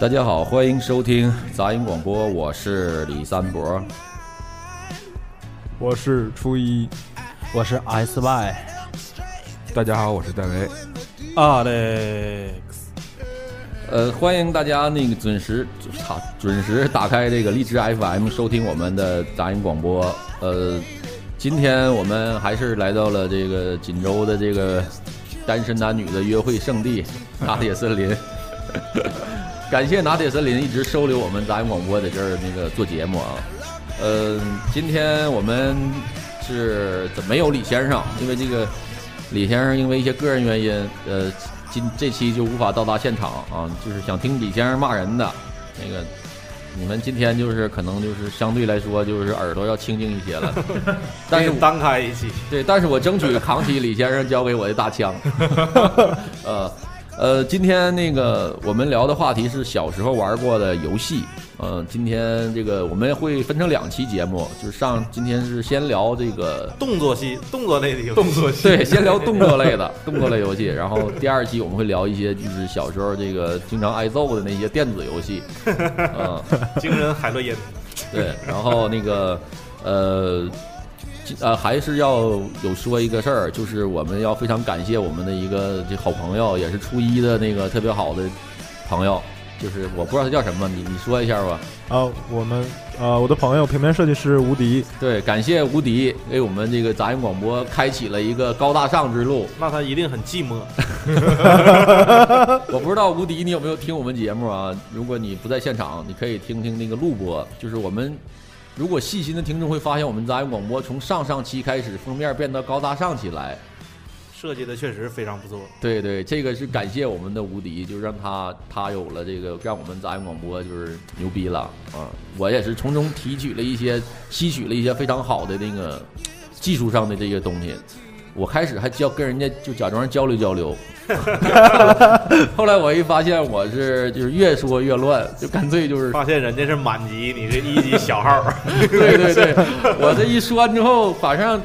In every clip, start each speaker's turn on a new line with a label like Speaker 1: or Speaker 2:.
Speaker 1: 大家好，欢迎收听杂音广播，我是李三博。
Speaker 2: 我是初一
Speaker 3: 我是 S Y，
Speaker 4: 大家好，我是戴维。
Speaker 3: Alex，
Speaker 1: 呃，欢迎大家那个准时打准时打开这个荔枝 FM 收听我们的杂音广播。呃，今天我们还是来到了这个锦州的这个单身男女的约会圣地——拿铁森林。感谢拿铁森林一直收留我们杂音广播在这儿那个做节目啊。呃，今天我们是怎没有李先生，因为这个李先生因为一些个人原因，呃，今这期就无法到达现场啊。就是想听李先生骂人的，那个你们今天就是可能就是相对来说就是耳朵要清静一些了，但是
Speaker 3: 单开一期，
Speaker 1: 对，但是我争取扛起李先生交给我的大枪。呃呃，今天那个我们聊的话题是小时候玩过的游戏。嗯、今天这个我们会分成两期节目，就是上今天是先聊这个。
Speaker 5: 动作戏，动作类的游戏，
Speaker 3: 动作
Speaker 1: 对，先聊动作类的动作类游戏，然后第二期我们会聊一些就是小时候这个经常挨揍的那些电子游戏，嗯，
Speaker 5: 惊人海洛因，
Speaker 1: 对，然后那个呃。呃，还是要有说一个事儿，就是我们要非常感谢我们的一个这好朋友，也是初一的那个特别好的朋友，就是我不知道他叫什么，你你说一下吧。
Speaker 2: 啊，我们啊，我的朋友平面设计师吴迪，
Speaker 1: 对，感谢无敌为我们这个杂音广播开启了一个高大上之路。
Speaker 5: 那他一定很寂寞。
Speaker 1: 我不知道无敌你有没有听我们节目啊？如果你不在现场，你可以听听那个录播，就是我们。如果细心的听众会发现，我们杂音广播从上上期开始，封面变得高大上起来。
Speaker 5: 设计的确实非常不错，
Speaker 1: 对对，这个是感谢我们的无敌，就让他他有了这个，让我们杂音广播就是牛逼了啊！我也是从中提取了一些，吸取了一些非常好的那个技术上的这些东西。我开始还交跟人家就假装交流交流，后来我一发现我是就是越说越乱，就干脆就是
Speaker 5: 发现人家是满级，你是一级小号，
Speaker 1: 对对对， 我这一说完之后，马上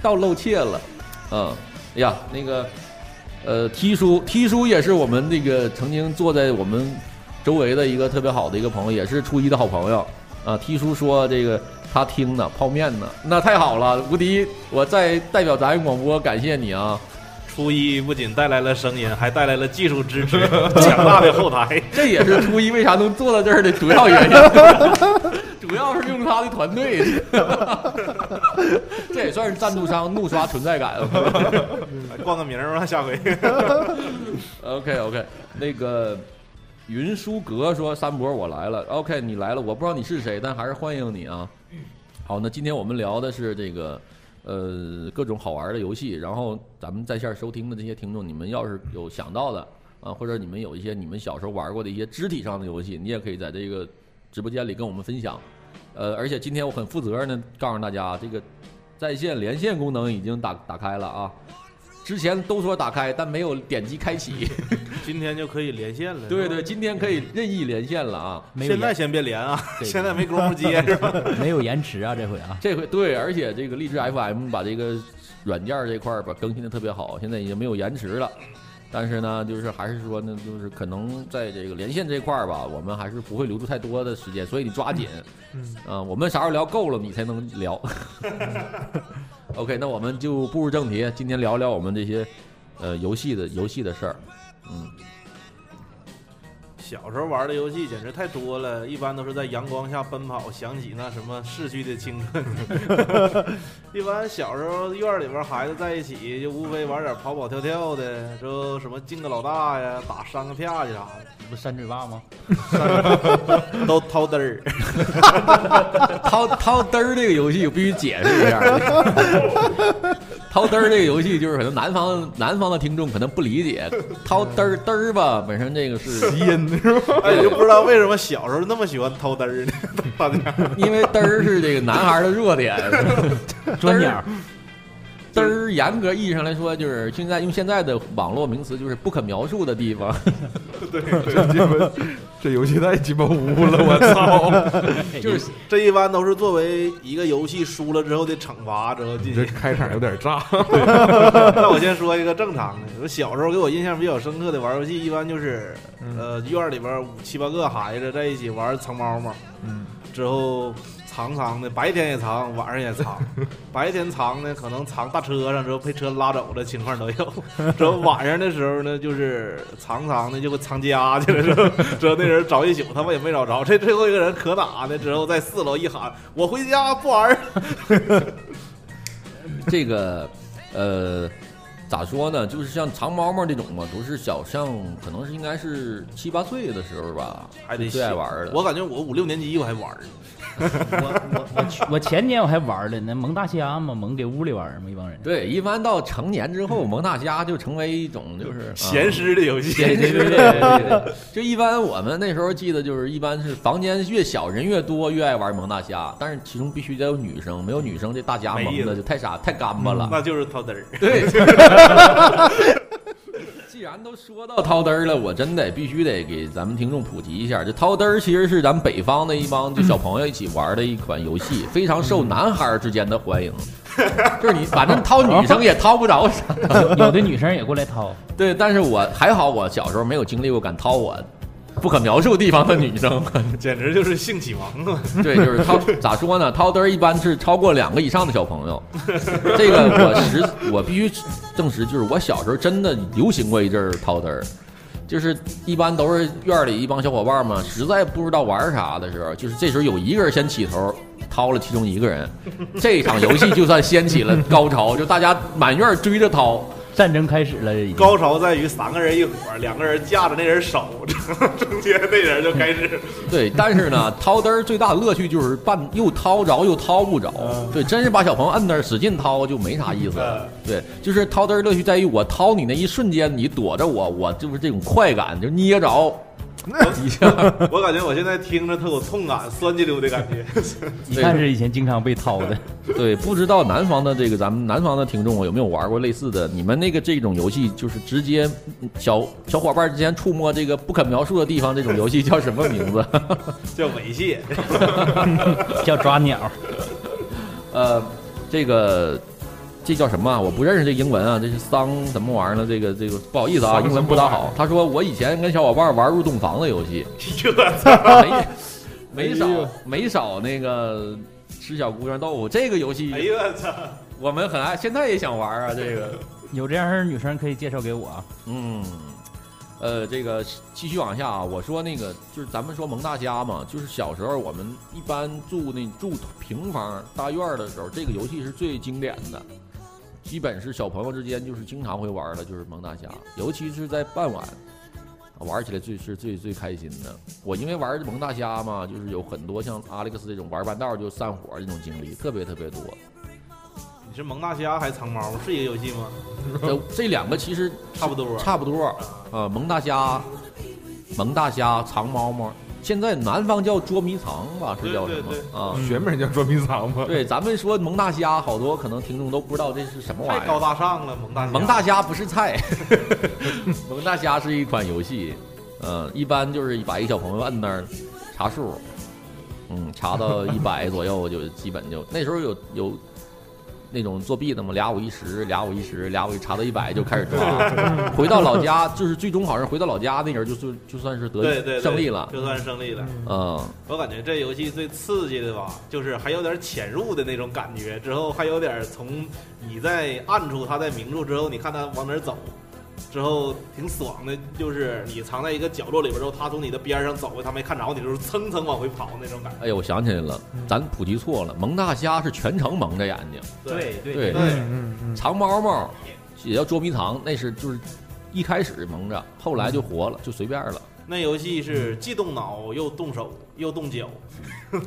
Speaker 1: 到露怯了，嗯，哎呀，那个，呃，T 叔，T 叔也是我们那个曾经坐在我们周围的一个特别好的一个朋友，也是初一的好朋友啊。T 叔说这个他听呢，泡面呢，那太好了，无敌，我再代表咱广播感谢你啊。
Speaker 5: 初一不仅带来了声音，还带来了技术支 持，强大的后台。
Speaker 1: 这也是初一为啥能坐到这儿的主要原因， 主要是用他的团队， 这也算是赞助商怒刷存在感。
Speaker 5: 冠个名儿吧，下回
Speaker 1: OK OK，那个云舒格说：“三博，我来了。”OK，你来了，我不知道你是谁，但还是欢迎你啊。好，那今天我们聊的是这个呃各种好玩的游戏，然后咱们在线收听的这些听众，你们要是有想到的啊，或者你们有一些你们小时候玩过的一些肢体上的游戏，你也可以在这个直播间里跟我们分享。呃，而且今天我很负责任的告诉大家，这个在线连线功能已经打打开了啊。之前都说打开，但没有点击开启。
Speaker 5: 今天就可以连线了。
Speaker 1: 对对，，今天可以任意连线了啊！
Speaker 3: 没有
Speaker 5: 现在
Speaker 3: 延
Speaker 5: 先别连啊，
Speaker 3: 对
Speaker 5: 现在没工夫接是吧？
Speaker 3: 没有延迟啊，这回啊，
Speaker 1: 这回对，而且这个荔枝 FM 把这个软件这块儿吧更新的特别好，现在已经没有延迟了。但是呢，就是还是说呢，就是可能在这个连线这块儿吧，我们还是不会留出太多的时间，所以你抓紧
Speaker 2: 嗯，
Speaker 1: 啊、我们啥时候聊够了，你才能聊。OK，那我们就步入正题，今天聊聊我们这些呃游戏的游戏的事儿。嗯，
Speaker 5: 小时候玩的游戏简直太多了，一般都是在阳光下奔跑，想起那什么逝去的青春。 一般小时候院里边孩子在一起，就无非玩点跑跑跳跳的，说什么敬个老大呀，打三个啪去啥
Speaker 3: 不是扇嘴巴 吗？
Speaker 5: 的，都掏嘚儿。
Speaker 1: 掏掏嘚儿这个游戏，我必须解释一下。掏嘚儿这个游戏，就是可能南方南方的听众可能不理解，掏嘚儿嘚儿吧，本身这个是
Speaker 5: 哎，我就不知道为什么小时候那么喜欢掏嘚儿呢？ 大家
Speaker 1: 因为嘚儿是这个男孩儿的弱 点，
Speaker 3: 钻鸟，
Speaker 1: 嘚 儿严格意义上来说，就是现在用现在的网络名词，就是不可描述的地方。
Speaker 5: 对
Speaker 4: 这鸡巴这游戏太鸡巴污了，我操！
Speaker 5: 就是这一般都是作为一个游戏输了之后的惩罚之后进
Speaker 4: 你这
Speaker 5: 行。
Speaker 4: 开场有点炸，
Speaker 5: 那我先说一个正常的，我小时候给我印象比较深刻的玩游戏，一般就是
Speaker 4: 嗯
Speaker 5: 呃院里边五七八个孩子在一起玩藏猫猫，
Speaker 2: 嗯，
Speaker 5: 之后藏藏的，白天也藏，晚上也藏。白天藏呢，可能藏大车上之后被车拉走的情况都有。 之后晚上的时候呢，就是藏藏的就给藏家去了，之后 之后那人找一宿，他妈也没找着。这最后一个人可打呢，之后在四楼一喊：“我回家不玩儿。
Speaker 1: 这个，呃，咋说呢？就是像长毛毛这种嘛，都是小上，可能是应该是七八岁的时候吧”，
Speaker 5: 还得
Speaker 1: 最爱
Speaker 5: 小
Speaker 1: 玩儿的
Speaker 5: 我感觉我五六年级我还玩儿呢。
Speaker 3: 我我去我前年我还玩儿了呢，蒙大虾嘛，蒙给屋里玩儿嘛，一帮人。
Speaker 1: 对，一般到成年之后，蒙大虾就成为一种就是
Speaker 5: 闲
Speaker 1: 啊
Speaker 5: 诗的游戏，
Speaker 1: 对对对对对对对，就一般我们那时候记得就是一般是房间越小人越多越爱玩蒙大虾，但是其中必须得有女生，没有女生这大家
Speaker 5: 没意
Speaker 1: 蒙
Speaker 5: 思
Speaker 1: 的就太傻太干巴了。
Speaker 5: 那就是掏嘚儿。
Speaker 1: 对，既然都说到掏嘚儿了，我真得必须得给咱们听众普及一下，这掏嘚儿其实是咱们北方的一帮就小朋友一起玩的一款游戏，非常受男孩儿之间的欢迎。就是你反正掏女生也掏不着啥，
Speaker 3: 有的女生也过来掏，
Speaker 1: 对，但是我还好，我小时候没有经历过敢掏我不可描述地方的女生。
Speaker 5: 简直就是性启蒙 啊！
Speaker 1: 对，就是掏，咋说呢？掏嘚儿一般是超过两个以上的小朋友。这个我实，我必须证实，就是我小时候真的流行过一阵儿掏嘚儿，就是一般都是院里一帮小伙伴嘛，实在不知道玩啥的时候，就是这时候有一个人先起头。掏了其中一个人，这场游戏就算掀起了高潮，就大家满院追着掏，
Speaker 3: 战争开始了，这已经
Speaker 5: 高潮在于三个人一伙，两个人架着那人手， 中间那人就开始
Speaker 1: 对，但是呢，掏嘚儿最大的乐趣就是半又掏着又掏不着，对，真是把小朋友摁那儿使劲掏就没啥意思
Speaker 5: 嗯。
Speaker 1: 对，就是掏嘚儿乐趣在于我掏你那一瞬间，你躲着我，我就是这种快感，就捏着一下。
Speaker 5: 我 感觉我现在听着特有痛感、酸激溜的感觉。
Speaker 3: 一看是以前经常被掏的。
Speaker 1: 对，不知道南方的这个咱们南方的听众有没有玩过类似的？你们那个这种游戏就是直接嗯小小伙伴之间触摸这个不可描述的地方，这种游戏叫什么名字？
Speaker 5: 叫猥亵，
Speaker 3: 叫抓鸟，
Speaker 1: 呃，这个这叫什么、啊？我不认识这英文啊，这是桑什么玩意儿呢？这个这个不好意思啊，
Speaker 4: 桑
Speaker 1: 英文不
Speaker 4: 什
Speaker 1: 咋
Speaker 4: 么玩意儿
Speaker 1: 好。他说我以前跟小伙伴玩入洞房的游戏，
Speaker 5: 这操！
Speaker 1: 没没少
Speaker 2: 哎呦
Speaker 1: 没少那个吃小姑娘豆腐。这个游
Speaker 5: 哎
Speaker 1: 戏
Speaker 5: 呦我操！
Speaker 1: 我们很爱，现在也想玩啊。这个，
Speaker 3: 有这样式儿女生可以介绍给我啊。
Speaker 1: 嗯。呃，这个继续往下啊，我说那个就是咱们说蒙大家嘛，就是小时候我们一般住那住平房大院儿的时候，这个游戏是最经典的。基本是小朋友之间就是经常会玩的，就是蒙大侠，尤其是在傍晚，玩起来最是最最开心的。我因为玩蒙大侠嘛，就是有很多像阿历克斯这种玩半道就散伙这种经历，特别特别多。
Speaker 5: 你是蒙大虾还是藏猫？是一个游戏吗？
Speaker 1: 这这两个其实
Speaker 5: 差不多。啊
Speaker 1: 差不多，呃，蒙大虾，蒙大虾，藏猫猫，现在南方叫捉迷藏吧，是叫什么
Speaker 5: 对对
Speaker 1: 啊？
Speaker 4: 哦学名叫捉迷藏吗？
Speaker 1: 对，咱们说蒙大虾，好多可能听众都不知道这是什么玩意
Speaker 5: 太
Speaker 1: 儿。
Speaker 5: 高大上了，蒙大虾
Speaker 1: 蒙大虾不是菜， 蒙大虾是一款游戏，嗯、一般就是把一个小朋友摁那儿查数，嗯，查 到一百左右就基本就那时候有有那种作弊的嘛，俩五一十，俩五一十，俩五一查到一百就开始 抓，回到老家就是最终好像回到老家那人就就就算是得
Speaker 5: 对对对
Speaker 1: 胜利了，
Speaker 5: 就算胜利了。
Speaker 1: 嗯，
Speaker 5: 我感觉这游戏最刺激的吧，就是还有点潜入的那种感觉，之后还有点从你在暗处，他在明处之后，你看他往哪儿走，之后挺爽的，就是你藏在一个角落里边之后，他从你的边上走过，他没看着你，就是蹭蹭往回跑那种感觉。
Speaker 1: 哎呀，我想起来了，咱普及错了，蒙大虾是全程蒙着眼睛。
Speaker 3: 对
Speaker 1: 对
Speaker 5: 对，
Speaker 2: 嗯嗯
Speaker 1: 藏猫猫也叫捉迷藏，那是就是一开始蒙着，后来
Speaker 2: 嗯
Speaker 1: 就活了，就随便了。
Speaker 5: 那游戏是既动脑又动手又动脚，
Speaker 2: 嗯，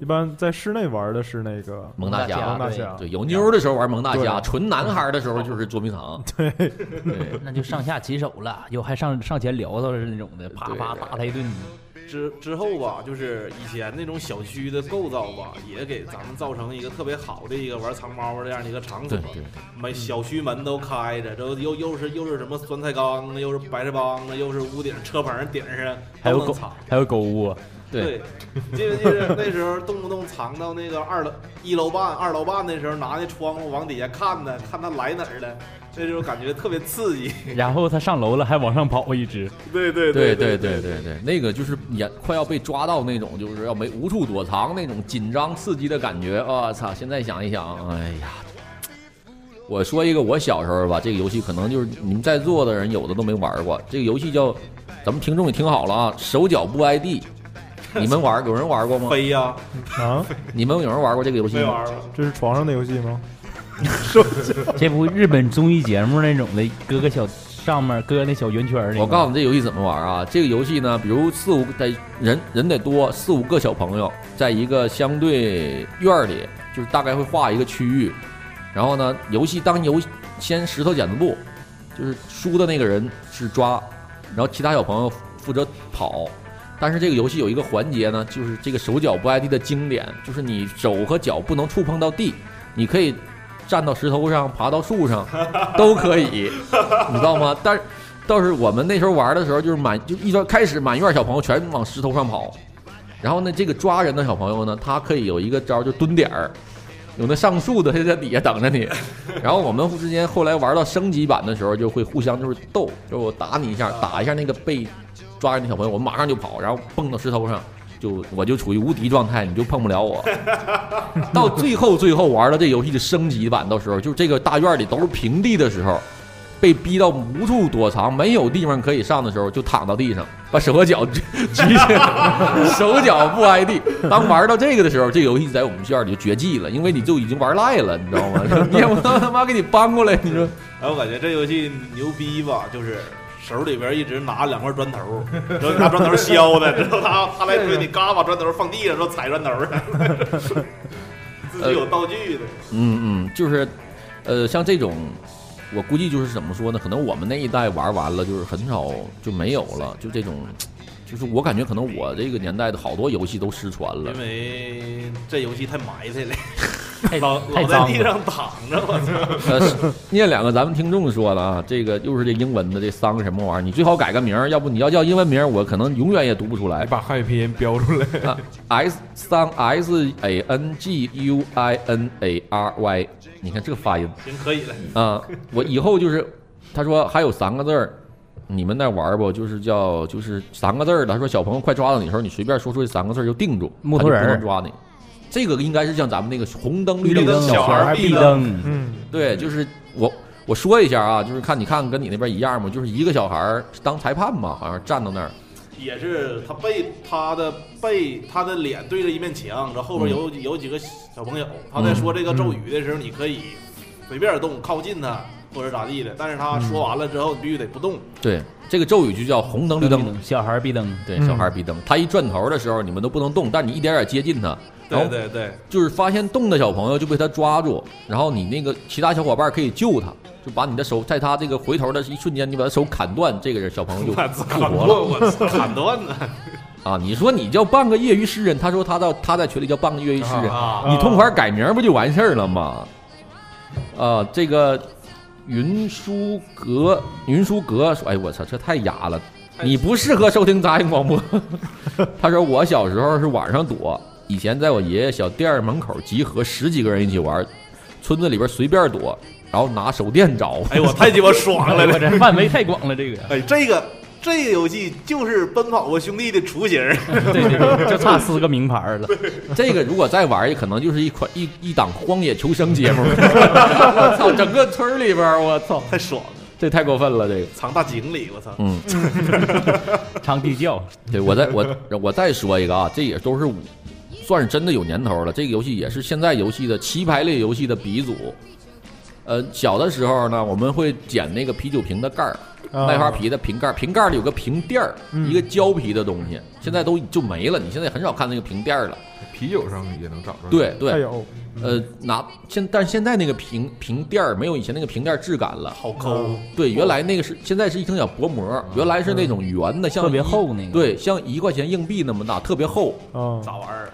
Speaker 2: 一般在室内玩的是那个
Speaker 1: 蒙大
Speaker 3: 蒙
Speaker 1: 虾
Speaker 2: 蒙，大
Speaker 3: 对
Speaker 2: 侠，
Speaker 1: 对，有妞儿的时候玩蒙大虾，
Speaker 2: 对
Speaker 1: 纯男孩儿的时候就是捉迷藏。
Speaker 2: 对，
Speaker 1: 对，
Speaker 3: 那就上下其手了，有还上上前撩骚的那种的，啪
Speaker 1: 对
Speaker 3: 啪打他一顿。
Speaker 5: 之之后吧，就是以前那种小区的构造吧，也给咱们造成一个特别好的一个玩藏猫这样的一个场所
Speaker 1: 对。对，
Speaker 5: 每小区门都开着，这又又是又是什么酸菜缸啊，又是白菜帮子，又是屋顶车棚顶上，
Speaker 3: 还有
Speaker 5: 都能
Speaker 3: 狗
Speaker 5: 藏。，
Speaker 3: 还有狗啊窝，
Speaker 1: 对，
Speaker 5: 你记不记得那时候动不动藏到那个二楼、一楼半、二楼半的时候，拿那窗户往底下看呢，看他来哪儿了，那时候感觉特别刺激。
Speaker 3: 然后它上楼了，还往上跑一只，
Speaker 5: 对对
Speaker 1: 对对
Speaker 5: 对
Speaker 1: 对对对，那个就是也快要被抓到那种，就是要没无处躲藏那种紧张刺激的感觉。我、操！现在想一想，哎呀，我说一个我小时候吧，这个游戏可能就是你们在座的人有的都没玩过。这个游戏叫，咱们听众也听好了啊，手脚不挨地。你们玩有人玩过吗？
Speaker 5: 飞呀、
Speaker 2: 啊，
Speaker 1: 你们有人玩过这个游戏
Speaker 5: 没
Speaker 1: 吗？
Speaker 5: 玩儿过。
Speaker 2: 这是床上的游戏吗？
Speaker 3: 这不日本综艺节目那种的，搁个小上面搁那小圆圈儿里吗。
Speaker 1: 我告诉你，这游戏怎么玩啊？这个游戏呢，比如四五得人人得多，四五个小朋友在一个相对院儿里，就是大概会画一个区域，然后呢，游戏当游先石头剪子布，就是输的那个人是抓，然后其他小朋友负责跑。但是这个游戏有一个环节呢，就是这个手脚不挨地的经典，就是你手和脚不能触碰到地，你可以站到石头上、爬到树上，都可以，你知道吗？但是倒是我们那时候玩的时候，就是满就一到开始满院小朋友全往石头上跑，然后呢，这个抓人的小朋友呢，他可以有一个招儿，就蹲点儿。有那上树的，他就在底下等着你。然后我们之间后来玩到升级版的时候，就会互相就是斗，就是我打你一下，打一下那个被抓人的小朋友，我马上就跑，然后蹦到石头上，就我就处于无敌状态，你就碰不了我。到最后最后玩了这游戏的升级版，到时候就是这个大院里都是平地的时候，被逼到无处躲藏，没有地方可以上的时候，就躺到地上，把手和脚 举举起来，手脚不挨地。当玩到这个的时候，这个游戏在我们院里就绝迹了，因为你就已经玩赖了，你知道吗？ 你也不能他妈给你搬过来，你说
Speaker 5: 哎，我感觉这游戏牛逼吧，就是手里边一直拿两块砖头， 然后拿砖头削的， 之后他他来追你，嘎把砖头放地上，说踩砖头的， 自己有道具的。
Speaker 1: 嗯，嗯，就是，呃，像这种，我估计就是怎么说呢？可能我们那一代玩完了，就是很少就没有了，就这种，就是我感觉可能我这个年代的好多游戏都失传了
Speaker 5: 因。
Speaker 3: 呃
Speaker 5: 为这游戏太埋汰了，
Speaker 3: 太
Speaker 5: 老
Speaker 3: 太
Speaker 5: 老在
Speaker 3: 脏
Speaker 5: 地
Speaker 3: 了，
Speaker 5: 上躺着，我操！
Speaker 1: 呃，是念两个咱们听众说的啊，这个又是这英文的这桑什么玩意儿？你最好改个名儿，要不你要叫英文名儿，我可能永远也读不出
Speaker 4: 还
Speaker 1: 来。
Speaker 4: 把汉语拼音标出来，
Speaker 1: 啊，S 桑 S A N G U I N A R Y，你看这个发音。
Speaker 5: 行，可以了。
Speaker 1: 啊，我以后就是，他说还有三个字儿，你们那玩儿不？就是叫就是三个字儿的。他说小朋友快抓到你的时候，你随便说出这三个字儿就定住，
Speaker 3: 木
Speaker 1: 他
Speaker 3: 头
Speaker 1: 就
Speaker 3: 人
Speaker 1: 不
Speaker 3: 儿
Speaker 1: 能抓你。这个应该是像咱们那个红灯绿
Speaker 3: 绿
Speaker 1: 灯
Speaker 3: 灯
Speaker 1: 小孩
Speaker 5: 孩
Speaker 1: 儿，
Speaker 5: 儿
Speaker 3: 必
Speaker 5: 必
Speaker 3: 灯，
Speaker 2: 嗯，
Speaker 1: 对，就是我我说一下啊，就是看你看跟你那边一样吗？就是一个小孩儿当裁判嘛，好像站到那儿，
Speaker 5: 也是他背他的背他的脸对着一面墙，然后后边有、有几个小朋友，他在说这个咒语的时候，你可以随便动，靠近他或者咋地的，但是他说完了之后，你必须得不动。
Speaker 1: 对，这个咒语就叫红灯绿灯。
Speaker 3: 小孩儿必灯，啊
Speaker 1: 对，
Speaker 2: 嗯
Speaker 1: 小孩儿必灯。他一转头的时候，你们都不能动，但你一点点接近他，然后
Speaker 5: 对对对，
Speaker 1: 就是发现动的小朋友就被他抓住，然后你那个其他小伙伴可以救他，就把你的手在他这个回头的一瞬间，你把他手砍断，这个人小朋友就
Speaker 5: 我操，
Speaker 1: 复活了
Speaker 5: 我操，砍断呢
Speaker 1: 啊！你说你叫半个业余诗人，他说他到他在群里叫半个业余诗人，
Speaker 5: 啊！
Speaker 1: 你痛快改名不就完事儿了吗？啊，这个云舒格，云舒格说：“哎，我操，这太哑了，你不适合收听杂音广播。” 他说：“我小时候是晚上躲，以前在我爷爷小店儿门口集合十几个人一起玩，村子里边随便躲，然后拿手电找。
Speaker 5: 哎呦，我太鸡巴爽了！
Speaker 3: 我
Speaker 5: 这
Speaker 3: 这范围太广了，这 个
Speaker 5: 哎，这个这个游戏就是《奔跑吧兄弟》的雏形。
Speaker 3: 对对对，就差撕个名牌儿了。
Speaker 1: 这个如果再玩，也可能就是一款一一档荒野求生节目。 我操，整个村儿里边儿，我操，
Speaker 5: 太 爽了，
Speaker 1: 这太过分了，这个，
Speaker 5: 藏大井里，我操！
Speaker 1: 嗯。”
Speaker 3: 唱地窖，
Speaker 1: 对我再我我再说一个啊，这也都是算是真的有年头了。这个游戏也是现在游戏的棋牌类游戏的鼻祖。呃，小的时候呢，我们会捡那个啤酒瓶的盖儿，
Speaker 2: 啊
Speaker 1: 麦花皮的瓶盖，瓶盖里有个瓶垫儿，
Speaker 2: 嗯
Speaker 1: 一个胶皮的东西，现在都就没了。你现在很少看那个瓶垫儿了。
Speaker 4: 啤酒上也能找着。
Speaker 1: 对
Speaker 2: 还
Speaker 1: 对，
Speaker 2: 有
Speaker 1: 呃，拿现但是现在那个瓶瓶垫儿没有以前那个瓶垫儿质感了。
Speaker 5: 好抠，
Speaker 1: 对，原来那个是现在是一层小薄膜，原来是那种圆的，像
Speaker 3: 啊特别
Speaker 1: 一
Speaker 3: 厚那个
Speaker 1: 对，像一块钱硬币那么大，特别厚，
Speaker 4: 嗯
Speaker 2: 啊，
Speaker 5: 咋玩儿？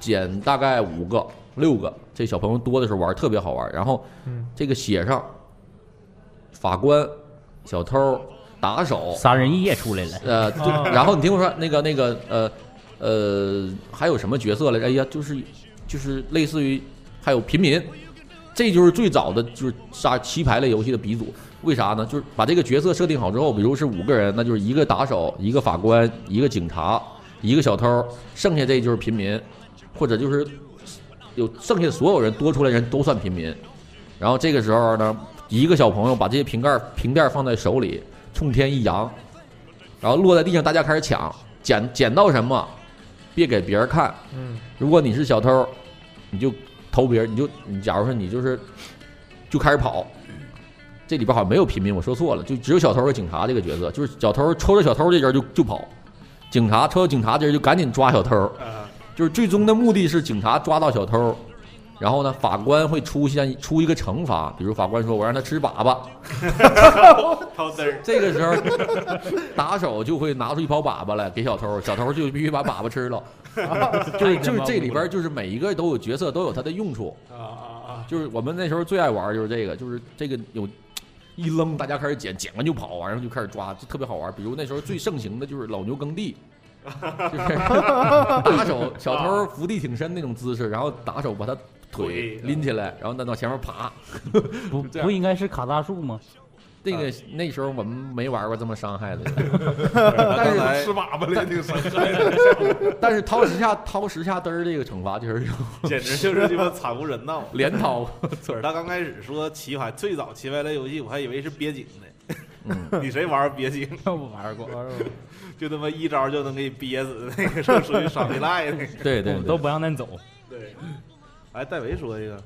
Speaker 1: 捡大概五个、六个，这小朋友多的时候玩儿特别好玩儿。然后
Speaker 2: 嗯
Speaker 1: 这个写上法官、小偷、打手，
Speaker 3: 杀人一夜出 来了，
Speaker 1: 呃，对
Speaker 2: 啊
Speaker 1: 然后你听我说，那个那个呃呃，还有什么角色来着？哎呀，就是就是类似于还有平民，这就是最早的就是杀棋牌类游戏的鼻祖。为啥呢？就是把这个角色设定好之后，比如是五个人，那就是一个打手，一个法官，一个警察，一个小偷，剩下这就是平民，或者就是有剩下所有人多出来人都算平民。然后这个时候呢，一个小朋友把这些瓶盖儿瓶垫儿放在手里，冲天一扬，然后落在地上，大家开始抢，捡捡到什么，别给别人看。
Speaker 2: 嗯
Speaker 1: 如果你是小偷，你就偷别人，你就你假如说你就是就开始跑。这里边好像没有平民，我说错了，就只有小偷和警察这个角色，就是小偷抽着小偷这人就就跑，警察抽着警察这人就赶紧抓小偷，
Speaker 5: 啊，
Speaker 1: 就是最终的目的是警察抓到小偷，然后呢，法官会出现出一个惩罚，比如法官说我让他吃粑粑，
Speaker 5: 掏嘚儿，
Speaker 1: 这个时候 打手就会拿出一包粑粑来给小偷，小偷就必须把粑粑吃 了，就是就是这里边就是每一个都有角色都有它的用处，
Speaker 5: 啊啊啊！
Speaker 1: 就是我们那时候最爱玩就是这个，就是这个有。一扔，大家开始捡，捡完就跑，完了就开始抓，就特别好玩。比如那时候最盛行的就是老牛耕 地，就是打手小偷伏地挺身那种姿势，然后打手把他腿啊
Speaker 5: 腿
Speaker 1: 拎起来，然后再到前面爬。
Speaker 3: 不
Speaker 1: 这样
Speaker 3: 不应该是卡大树吗？
Speaker 1: 那个那时候我们没玩过这么伤害的，
Speaker 5: 刚
Speaker 1: 但是
Speaker 5: 才
Speaker 4: 吃粑粑了，那个啥，
Speaker 1: 但是掏十下掏十下嘚儿这个惩罚确实有
Speaker 5: 简直就是鸡巴惨无人道。
Speaker 1: 连掏，
Speaker 5: 嘴儿他刚开始说棋牌，最早棋牌类游戏我还以为是憋井
Speaker 1: 嗯，
Speaker 5: 呢，你谁玩儿憋井，
Speaker 3: 我玩过，
Speaker 5: 就他妈一招就能给你憋死的那个，是属于耍皮赖那个。
Speaker 1: 对对
Speaker 3: 都
Speaker 1: 对，
Speaker 3: 不让咱走。
Speaker 5: 对，哎，戴维说一个，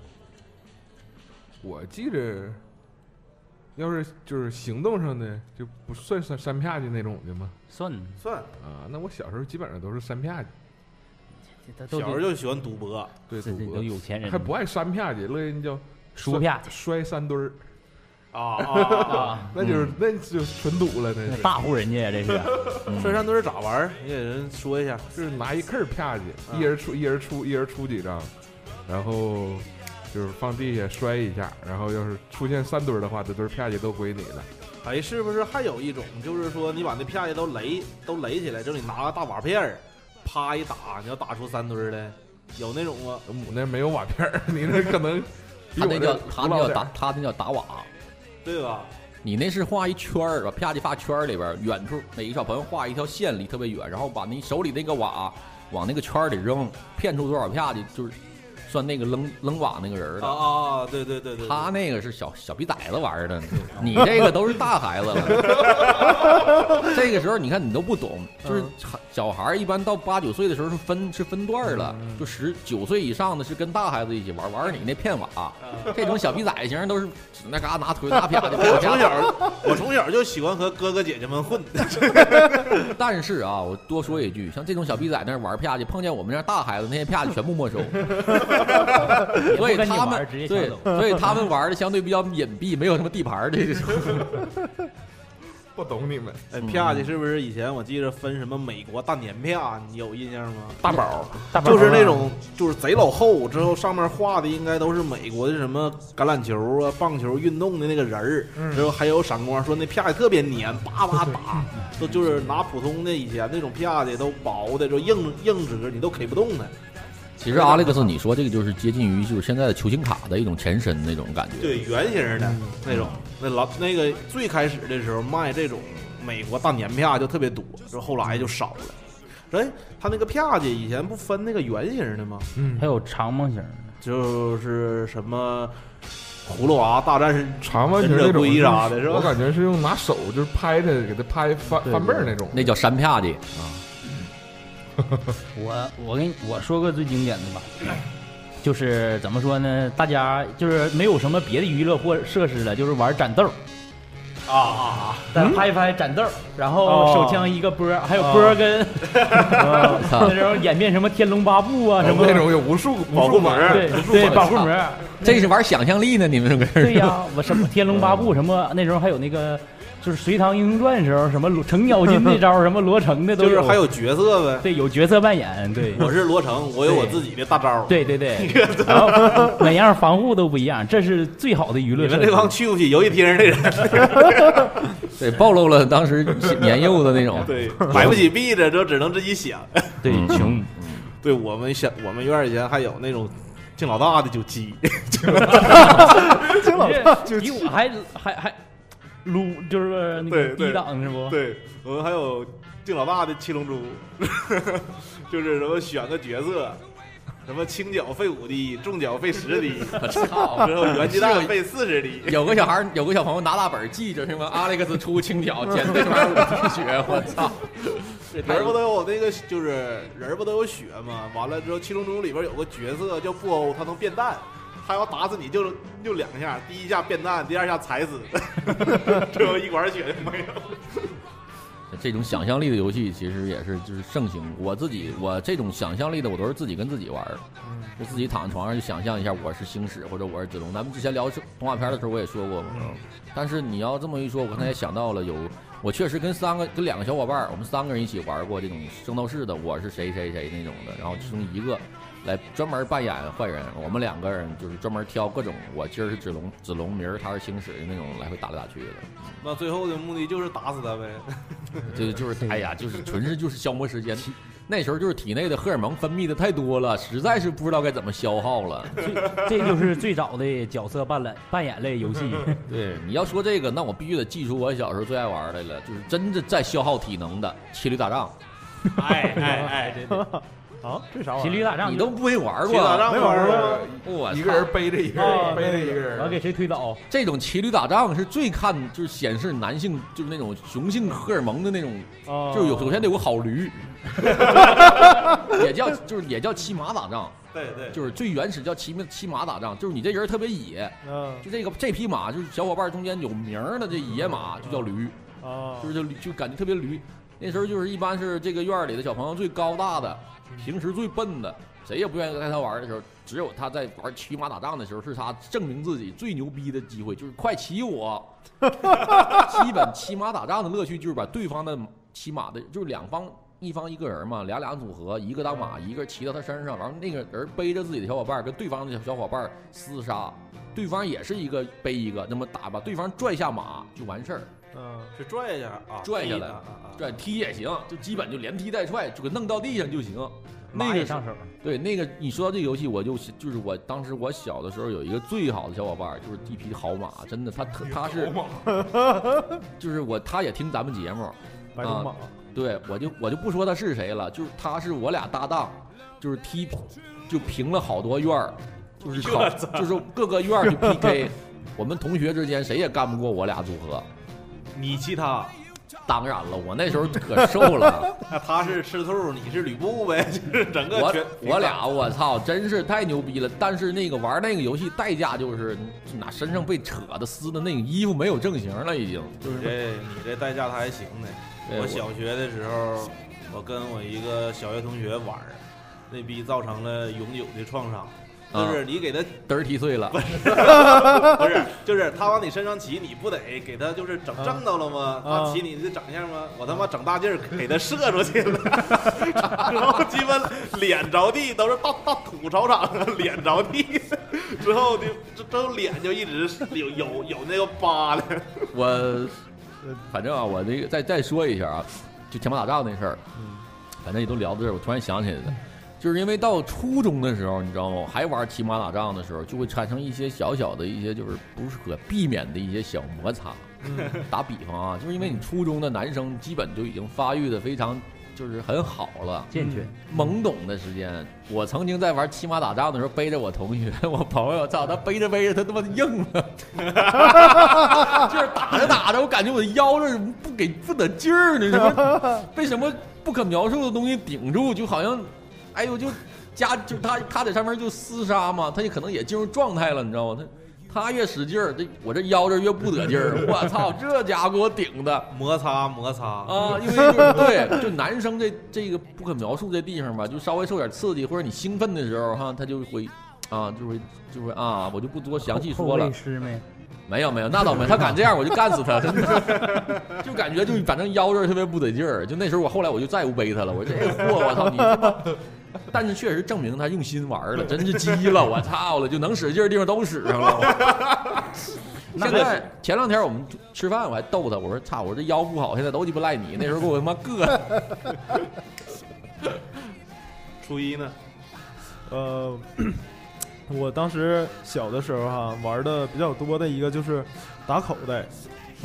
Speaker 4: 我记着，要是就是行动上的，就不算算三啪叽那种的吗？
Speaker 3: 算，
Speaker 5: 算
Speaker 4: 啊，那我小时候基本上都是三啪叽，
Speaker 3: 他
Speaker 5: 小
Speaker 3: 都
Speaker 5: 时候就喜欢赌博，
Speaker 4: 对，
Speaker 3: 这这
Speaker 4: 赌
Speaker 3: 都
Speaker 4: 博
Speaker 3: 有钱人
Speaker 4: 还不爱三啪叽，乐意叫
Speaker 3: 输啪去
Speaker 4: 摔三堆儿，
Speaker 5: 啊啊
Speaker 3: 啊，
Speaker 4: 那就是那就纯赌了，那是
Speaker 3: 大户人家呀，这 是
Speaker 5: 啊！摔山墩儿咋玩儿？你给人说一下。
Speaker 4: 就是拿一克儿啪叽，
Speaker 5: 啊
Speaker 4: 一人出一人出一人出几张，然后就是放地下摔一下，然后要是出现三堆儿的话，这堆儿啪叽都归你了。
Speaker 5: 哎，是不是还有一种，就是说你把那啪叽都垒都垒起来，就是你拿个大瓦片儿，啪一打，你要打出三堆儿来，有那种吗？
Speaker 4: 我那没有瓦片儿，你那可能比
Speaker 1: 他
Speaker 4: 我
Speaker 3: 啊
Speaker 1: 那叫他那
Speaker 4: 古老
Speaker 1: 叫
Speaker 4: 点
Speaker 1: 打
Speaker 4: 儿
Speaker 1: 他那叫打瓦，
Speaker 5: 对吧？
Speaker 1: 你那是画一圈儿，把啪叽发圈儿里边儿，远处每个小朋友画一条线离特别远，然后把你手里那个瓦往那个圈儿里扔，骗出多少啪叽就是算那个扔扔瓦那个人儿
Speaker 5: 啊
Speaker 1: 了。
Speaker 5: 啊啊！对对对对，对
Speaker 1: 他那个是小小逼崽子玩儿的，你这个都是大孩子了。 这个时候你看你都不懂，就是
Speaker 3: 嗯
Speaker 1: 小孩儿一般到八九岁的时候是分是分段儿了，
Speaker 3: 嗯
Speaker 1: 就十九岁以上的是跟大孩子一起玩，玩儿你那骗瓦，
Speaker 3: 嗯
Speaker 1: 这种小逼崽型都是那嘎拿腿拿啪的。
Speaker 5: 我从 小我从小就喜欢和哥哥姐姐们混，
Speaker 1: 但是啊，我多说一句，像这种小逼崽那儿玩儿啪去，碰见我们这样大孩子，那些啪去全部 没收。所以
Speaker 3: 跟你
Speaker 1: 他
Speaker 3: 玩
Speaker 1: 们
Speaker 3: 儿直接
Speaker 1: 对
Speaker 3: 抢走，
Speaker 1: 所以他们玩的相对比较隐蔽，没有什么地盘儿这种。
Speaker 4: 不懂 你们。
Speaker 5: 哎，啪叽是不是？以前我记着分什么美国大年票，啊你有印象吗？
Speaker 1: 大宝，
Speaker 3: 大啊宝
Speaker 5: 就是那种就是贼老厚，之后上面画的应该都是美国的什么橄榄球啊、棒球运动的那个人儿，之后还有闪光，说那啪叽特别粘，叭叭打，都就是拿普通的以前那种啪叽都薄的，就硬硬纸你都 K 不动它。
Speaker 1: 其实阿雷克斯，你说这个就是接近于就是现在的球星卡的一种前身那种感觉。
Speaker 5: 对，圆形儿的那种，那老那个最开始的时候卖这种美国大年票就特别多，就后来就少了。哎，他那个啪叽以前不分那个圆形儿的吗？
Speaker 3: 还有长方形，
Speaker 5: 就是什么葫芦娃大战
Speaker 4: 长方形那
Speaker 5: 忍者
Speaker 4: 种
Speaker 5: 龟
Speaker 4: 就是
Speaker 5: 啥的是吧
Speaker 4: 我感觉是用拿手就是拍它，给它拍翻翻背儿那种。
Speaker 1: 那叫山啪的，
Speaker 3: 我我跟你我说个最经典的吧， 就是怎么说呢？大家就是没有什么别的娱乐或设施了，就是玩战斗，啊啊啊！咱拍一拍战斗，然后手枪一个波，还有波跟 那时候演变什么《天龙八部》啊什么
Speaker 4: 哦那种有无数无
Speaker 5: 保
Speaker 4: 数
Speaker 5: 护
Speaker 4: 版
Speaker 5: 膜
Speaker 4: 的，
Speaker 3: 对对保护膜，
Speaker 1: 这是玩想象力呢，你们这个
Speaker 3: 对呀，我什么《天龙八部》什么那时候还有那个就是《隋唐英雄传》时候什么罗程咬金那招，什么罗成的都
Speaker 5: 就是还有角色呗。
Speaker 3: 对有角色扮演，对
Speaker 5: 我是罗成，我有我自己的大招儿。
Speaker 3: 对对对，然后 每样防护都不一样，这是最好的娱
Speaker 5: 你
Speaker 3: 乐设
Speaker 5: 们
Speaker 3: 施。
Speaker 5: 这帮去不起游戏厅的 人，
Speaker 1: 对暴露了当时年幼的那种。
Speaker 5: 对，买不起币的，这只能自己想。
Speaker 3: 对
Speaker 1: 嗯
Speaker 3: 穷，
Speaker 5: 对我们小我们院儿以前还有那种敬老大的酒鸡，
Speaker 2: 这 老
Speaker 3: 这
Speaker 2: 大就
Speaker 3: 比我还还还撸，就是那
Speaker 5: 对
Speaker 3: 个
Speaker 5: 对
Speaker 3: 低档是不？
Speaker 5: 对我们还有敬老大的七龙珠， 就是什么选个角色，什么轻脚费五滴，重脚费十滴，
Speaker 1: 操！
Speaker 5: 之后元气弹费四十滴。
Speaker 1: 有个小孩儿，有个小朋友拿大本儿记着什么阿历克斯出青脚，捡这玩意儿我血，我操！这太
Speaker 5: 人不都有那个就是人不都有血吗？完了之后，七龙珠里边有个角色叫布欧，他能变蛋，他要打死你就就两下，第一下变蛋，第二下踩死， 最后一管血就没有。
Speaker 1: 这种想象力的游戏其实也是就是盛行。我自己我这种想象力的，我都是自己跟自己玩儿，就自己躺在床上就想象一下我是星矢或者我是子龙。咱们之前聊动画片的时候我也说过嘛，但是你要这么一说，我刚才也想到了有，我确实跟三个跟两个小伙伴儿，我们三个人一起玩过这种圣斗士的，我是谁谁谁那种的，然后其中一个。来专门扮演坏人，我们两个人就是专门挑各种，我今儿是子龙，子龙明儿他是星矢的那种来回打来打去的。
Speaker 5: 那最后的目的就是打死他呗。
Speaker 1: 就就是哎呀，就是纯是就是消磨时间。那时候就是体内的荷尔蒙分泌的太多了，实在是不知道该怎么消耗了。
Speaker 3: 这就是最早的角色扮演扮演类游戏。
Speaker 1: 对，你要说这个，那我必须得记出我小时候最爱玩的了，就是真的在消耗体能的骑驴打仗，
Speaker 5: 哎哎哎，对对，
Speaker 2: 啊，这啥玩
Speaker 3: 骑
Speaker 2: 意
Speaker 3: 驴
Speaker 2: 儿？
Speaker 3: 打仗，
Speaker 1: 你都没玩
Speaker 5: 骑打
Speaker 1: 过。
Speaker 5: 仗
Speaker 2: 没玩过
Speaker 5: 吗？
Speaker 1: 我
Speaker 4: 一个人
Speaker 1: 操
Speaker 4: 背着一个
Speaker 3: 啊
Speaker 4: 人，背着一个
Speaker 3: 我要给
Speaker 4: 人，
Speaker 3: 谁推倒？
Speaker 1: 这种骑驴打仗是最看就是显示男性就是那种雄性荷尔蒙的那种，
Speaker 3: 哦
Speaker 2: 啊
Speaker 1: 就是有首先得有个好驴，也叫就是也叫骑马打仗，
Speaker 5: 对对，
Speaker 1: 就是最原始叫骑马骑马打仗，就是你这人特别野，
Speaker 2: 嗯
Speaker 1: 就这个这匹马，就是小伙伴中间有名儿的这野马，就叫驴，
Speaker 2: 啊，
Speaker 1: 就是叫驴，就感觉特别驴。那时候就是一般是这个院儿里的小朋友最高大的，平时最笨的，谁也不愿意跟他玩儿的时候，只有他在玩骑马打仗的时候，是他证明自己最牛逼的机会，就是快骑我。基本骑马打仗的乐趣就是把对方的骑马的，就是两方一方一个人嘛，俩俩组合，一个当马，一个骑到他身上，然后那个人背着自己的小伙伴，跟对方的小伙伴厮杀，对方也是一个背一个，那么打把对方拽下马就完事儿，
Speaker 2: 嗯
Speaker 5: 是拽一下啊，
Speaker 1: 拽下来
Speaker 5: 啊啊啊
Speaker 1: 拽踢也行，就基本就连踢带踹，就给弄到地上就行。那
Speaker 3: 马
Speaker 1: 个
Speaker 3: 也
Speaker 1: 是
Speaker 3: 上手。
Speaker 1: 对那个，你说到这个游戏，我就就是我当时我小的时候有一个最好的小伙伴，就是一匹好马，真的，他特他是 就是我他也听咱们节目，啊
Speaker 2: 白龙马
Speaker 1: 对，我就我就不说他是谁了，就是他是我俩搭档，就是踢，就平了好多院儿，就是考，就是各个院儿去 PK，我们同学之间谁也干不过我俩组合。
Speaker 5: 你骑他，
Speaker 1: 当然了，我那时候可瘦了，
Speaker 5: 那他是赤兔，你是吕布呗， 就是整个
Speaker 1: 我
Speaker 5: 全
Speaker 1: 我俩我操，真是太牛逼了。但是那个玩那个游戏代价就是，那身上被扯的撕的那个衣服没有正形了，已经。
Speaker 5: 你这你这代价他还行呢。
Speaker 1: 对
Speaker 5: 我小学的时候，我跟我一个小学同学玩儿，那逼造成了永久的创伤。
Speaker 1: 啊
Speaker 5: 就是你给他
Speaker 1: 嘚儿踢碎了，
Speaker 5: 不是，就是他往你身上骑，你不得给他就是整正到了吗？
Speaker 2: 啊
Speaker 5: 他骑你的长相吗？我他妈整大劲儿给他射出去了， 然后鸡巴脸着地都是大大土操场，脸着地， 之后就这这脸就一直有有有那个疤了。
Speaker 1: 我反正啊，我这个再再说一下啊，就前马打仗那事儿，反正也都聊到这儿，我突然想起来的，就是因为到初中的时候，你知道吗？我还玩骑马打仗的时候，就会产生一些小小的一些就是不是可避免的一些小摩擦。打比方啊，就是因为你初中的男生基本就已经发育的非常就是很好了，
Speaker 3: 健全，
Speaker 1: 懵懂的时间，我曾经在玩骑马打仗的时候，背着我同学， 我朋友，操，他背着背着，他他妈硬了，就是 打着打着，我感觉我的腰这不给不得劲儿呢，什么被什么不可描述的东西顶住，就好像，哎呦，就加就他他在上面就厮杀嘛，他也可能也进入状态了，你知道吗？他他越使劲儿，这我这腰这越不得劲儿。我操，这家伙给我顶的
Speaker 5: 摩擦摩擦，
Speaker 1: 啊！因为就是对，就男生这这个不可描述这地方吧，就稍微受点刺激或者你兴奋的时候哈，他就会啊，就会就会啊，我就不多详细说了
Speaker 3: 后。师妹，
Speaker 1: 没有没有，那倒没，他敢这样我就干死 他，真的，就感觉就反正腰这儿特别不得劲儿。就那时候我后来我就再也不背他了，我这货我操你他妈！但是确实证明他用心玩儿了，真是鸡了，我操了，就能使劲儿的地方都使上了。我 现在前两天我们吃饭我还逗他，我说操，我说这腰不好，现在都鸡巴赖你，那时候给我他妈硌 的。
Speaker 5: 初一呢，
Speaker 2: 呃， 我当时小的时候哈、玩的比较多的一个就是打口袋，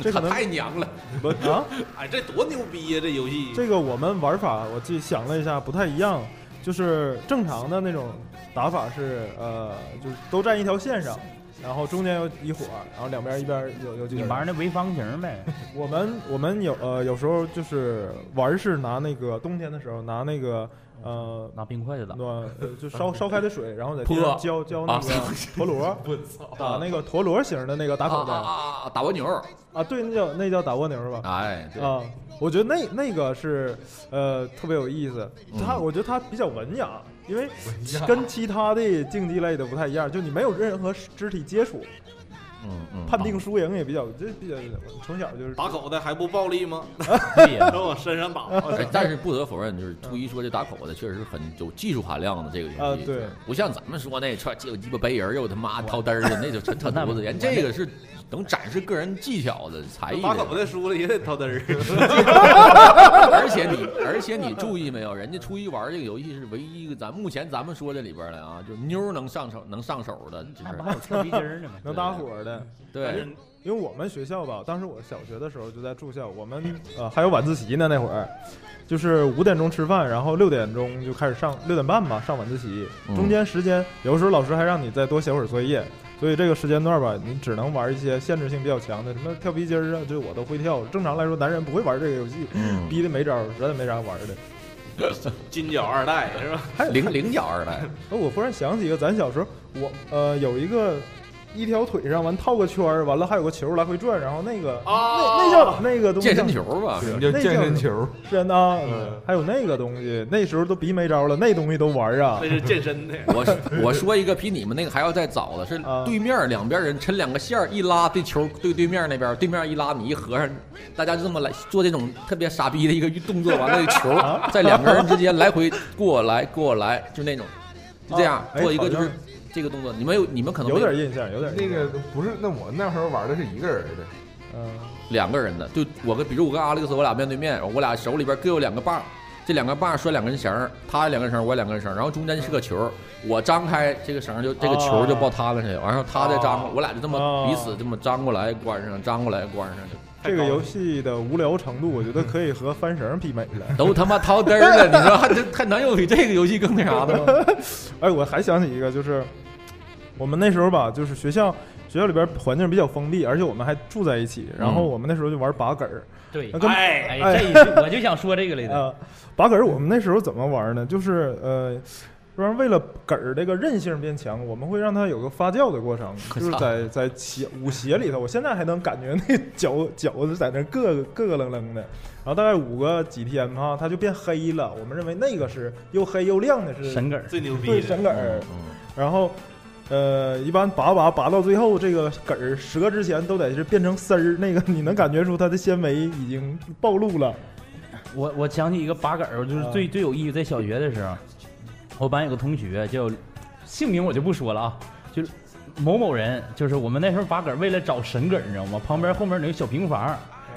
Speaker 2: 这可能
Speaker 1: 太娘了，
Speaker 2: 不啊，
Speaker 5: 哎，这多牛逼呀、这游戏，
Speaker 2: 这个我们玩法我记想了一下不太一样，就是正常的那种打法是呃，就是都站一条线上。然后中间有一伙儿，然后两边一边有有几个
Speaker 3: 你
Speaker 2: 人。
Speaker 3: 玩那潍坊型呗，
Speaker 2: 我们我们有呃有时候就是玩是拿那个冬天的时候拿那个呃
Speaker 3: 拿冰块去打，
Speaker 2: 暖呃就烧烧开的水，然后在地上
Speaker 1: 泼
Speaker 2: 浇浇那个
Speaker 1: 啊
Speaker 2: 陀螺，打那个陀螺型的那个打口袋
Speaker 1: 啊啊啊啊！打蜗牛，
Speaker 2: 啊，对，那叫那叫打蜗牛是吧？
Speaker 1: 哎，对
Speaker 2: 啊，我觉得那那个是呃特别有意思，
Speaker 1: 嗯
Speaker 2: 他我觉得他比较文雅，因为跟其他的竞技类的不太一样，就你没有任何肢体接触，
Speaker 1: 嗯嗯，
Speaker 2: 判定输赢也比较这比较从小就是
Speaker 5: 打口袋还不暴力吗？
Speaker 3: 对呀，
Speaker 5: 跟我身上 打，
Speaker 1: 哎，但是不得否认，就是初一说这打口袋确实很有技术含量的这个游戏，
Speaker 2: 啊对，
Speaker 1: 不像咱们说那穿有鸡巴背人儿又他妈掏嘚儿的，那就纯扯犊子。人这个是能展示个人技巧的才
Speaker 2: 哎
Speaker 1: 艺
Speaker 5: 打口
Speaker 1: 的，
Speaker 5: 袋输了也得掏嘚儿。
Speaker 1: 而且你而且你注意没有，人家初一玩这个游戏是唯一一个咱目前咱们说这里边儿的啊，就是妞儿能上手能上手的，就
Speaker 3: 那
Speaker 1: 是
Speaker 3: 不还有侧皮筋儿 呢吗？
Speaker 2: 能搭伙儿的。
Speaker 5: 反
Speaker 1: 对
Speaker 5: 正
Speaker 2: 因为我们学校吧，当时我小学的时候就在住校，我们呃还有晚自习呢，那会儿就是五点钟吃饭，然后六点钟就开始上，六点半吧上晚自习，
Speaker 1: 嗯
Speaker 2: 中间时间有的时候老师还让你再多写会儿作业，所以这个时间段吧，你只能玩一些限制性比较强的，什么跳皮筋儿啊，这我都会跳。正常来说，男人不会玩这个游戏，
Speaker 1: 嗯
Speaker 2: 逼的没招儿，实在没啥玩儿的。
Speaker 5: 金角二代是吧？
Speaker 1: 零零角儿的，
Speaker 2: 哎，我忽然想起一个，咱小时候我呃有一个。一条腿上完套个圈儿，完了还有个球来回转，然后那个、那那叫那个东西
Speaker 1: 健
Speaker 2: 叫
Speaker 1: 身球吧，
Speaker 4: 什么
Speaker 2: 那
Speaker 4: 叫
Speaker 2: 叫
Speaker 4: 健身
Speaker 2: 什
Speaker 4: 球？
Speaker 2: 真的啊
Speaker 5: 嗯，
Speaker 2: 还有那个东西，那时候都逼没招了，那东西都玩儿啊
Speaker 5: 那。是健 身的。
Speaker 1: 我是我说一个比你们那个还要再早的是
Speaker 2: 啊，
Speaker 1: 对面两边人抻两个线儿一拉，对球对对面那边，对面一拉你一合上，大家就这么来做这种特别傻逼的一个动作，完了球
Speaker 2: 啊
Speaker 1: 在两个人之间来回过来过来，就那种，就这样
Speaker 2: 啊哎
Speaker 1: 做一个就
Speaker 2: 好
Speaker 1: 是
Speaker 2: 像
Speaker 1: 这个动作，你们有你们可能没
Speaker 2: 有点印象，有点
Speaker 4: 那
Speaker 2: 印象
Speaker 4: 个不是，那我那时候玩的是一个人的，
Speaker 2: 嗯，
Speaker 1: 两个人的，就我跟比如我跟阿历克斯，我俩面对面，我俩手里边各有两个棒，这两个棒拴两根绳儿，他两根绳儿，我两根绳儿，然后中间是个球儿，我张开这个绳儿就这个球儿就抱他那去，完后他再张，我俩就这么
Speaker 2: 哦
Speaker 1: 彼此这么张过来关上，张过来关上，
Speaker 2: 这个游戏的无聊程度，我觉得可以和翻绳媲美 了。
Speaker 1: 都他妈掏嘚儿了，你说还这还能啊有比这个游戏更那啥的吗？
Speaker 2: 哎，我还想起一个，就是我们那时候吧，就是学校学校里边环境比较封闭，而且我们还住在一起，然后
Speaker 1: 嗯
Speaker 2: 我们那时候就玩拔梗儿。
Speaker 3: 对
Speaker 2: 那，跟
Speaker 5: 哎，
Speaker 3: 哎，
Speaker 2: 哎
Speaker 3: 这一句我就想说这个来的，
Speaker 2: 呃，拔梗儿我们那时候怎么玩呢？就是呃。不然为了梗儿这个韧性变强，我们会让它有个发酵的过程，就是在在鞋舞鞋里头，我现在还能感觉那脚脚是在那儿咯咯咯楞楞的，然后大概捂个几天哈，它就变黑了。我们认为那个是又黑又亮的是
Speaker 3: 神梗儿，
Speaker 5: 最牛逼
Speaker 2: 对
Speaker 5: 的
Speaker 2: 神梗儿
Speaker 1: 嗯，嗯
Speaker 2: 然后呃，一般拔拔拔到最后，这个梗儿折之前都得是变成丝儿，那个你能感觉出它的纤维已经暴露了。
Speaker 3: 我我想起一个拔梗儿，就是最最有意思，在小学的时候，我班有个同学叫姓名我就不说了啊，就是某某人，就是我们那时候拔梗儿，为了找神梗儿，你知道吗？旁边后面有一个小平房，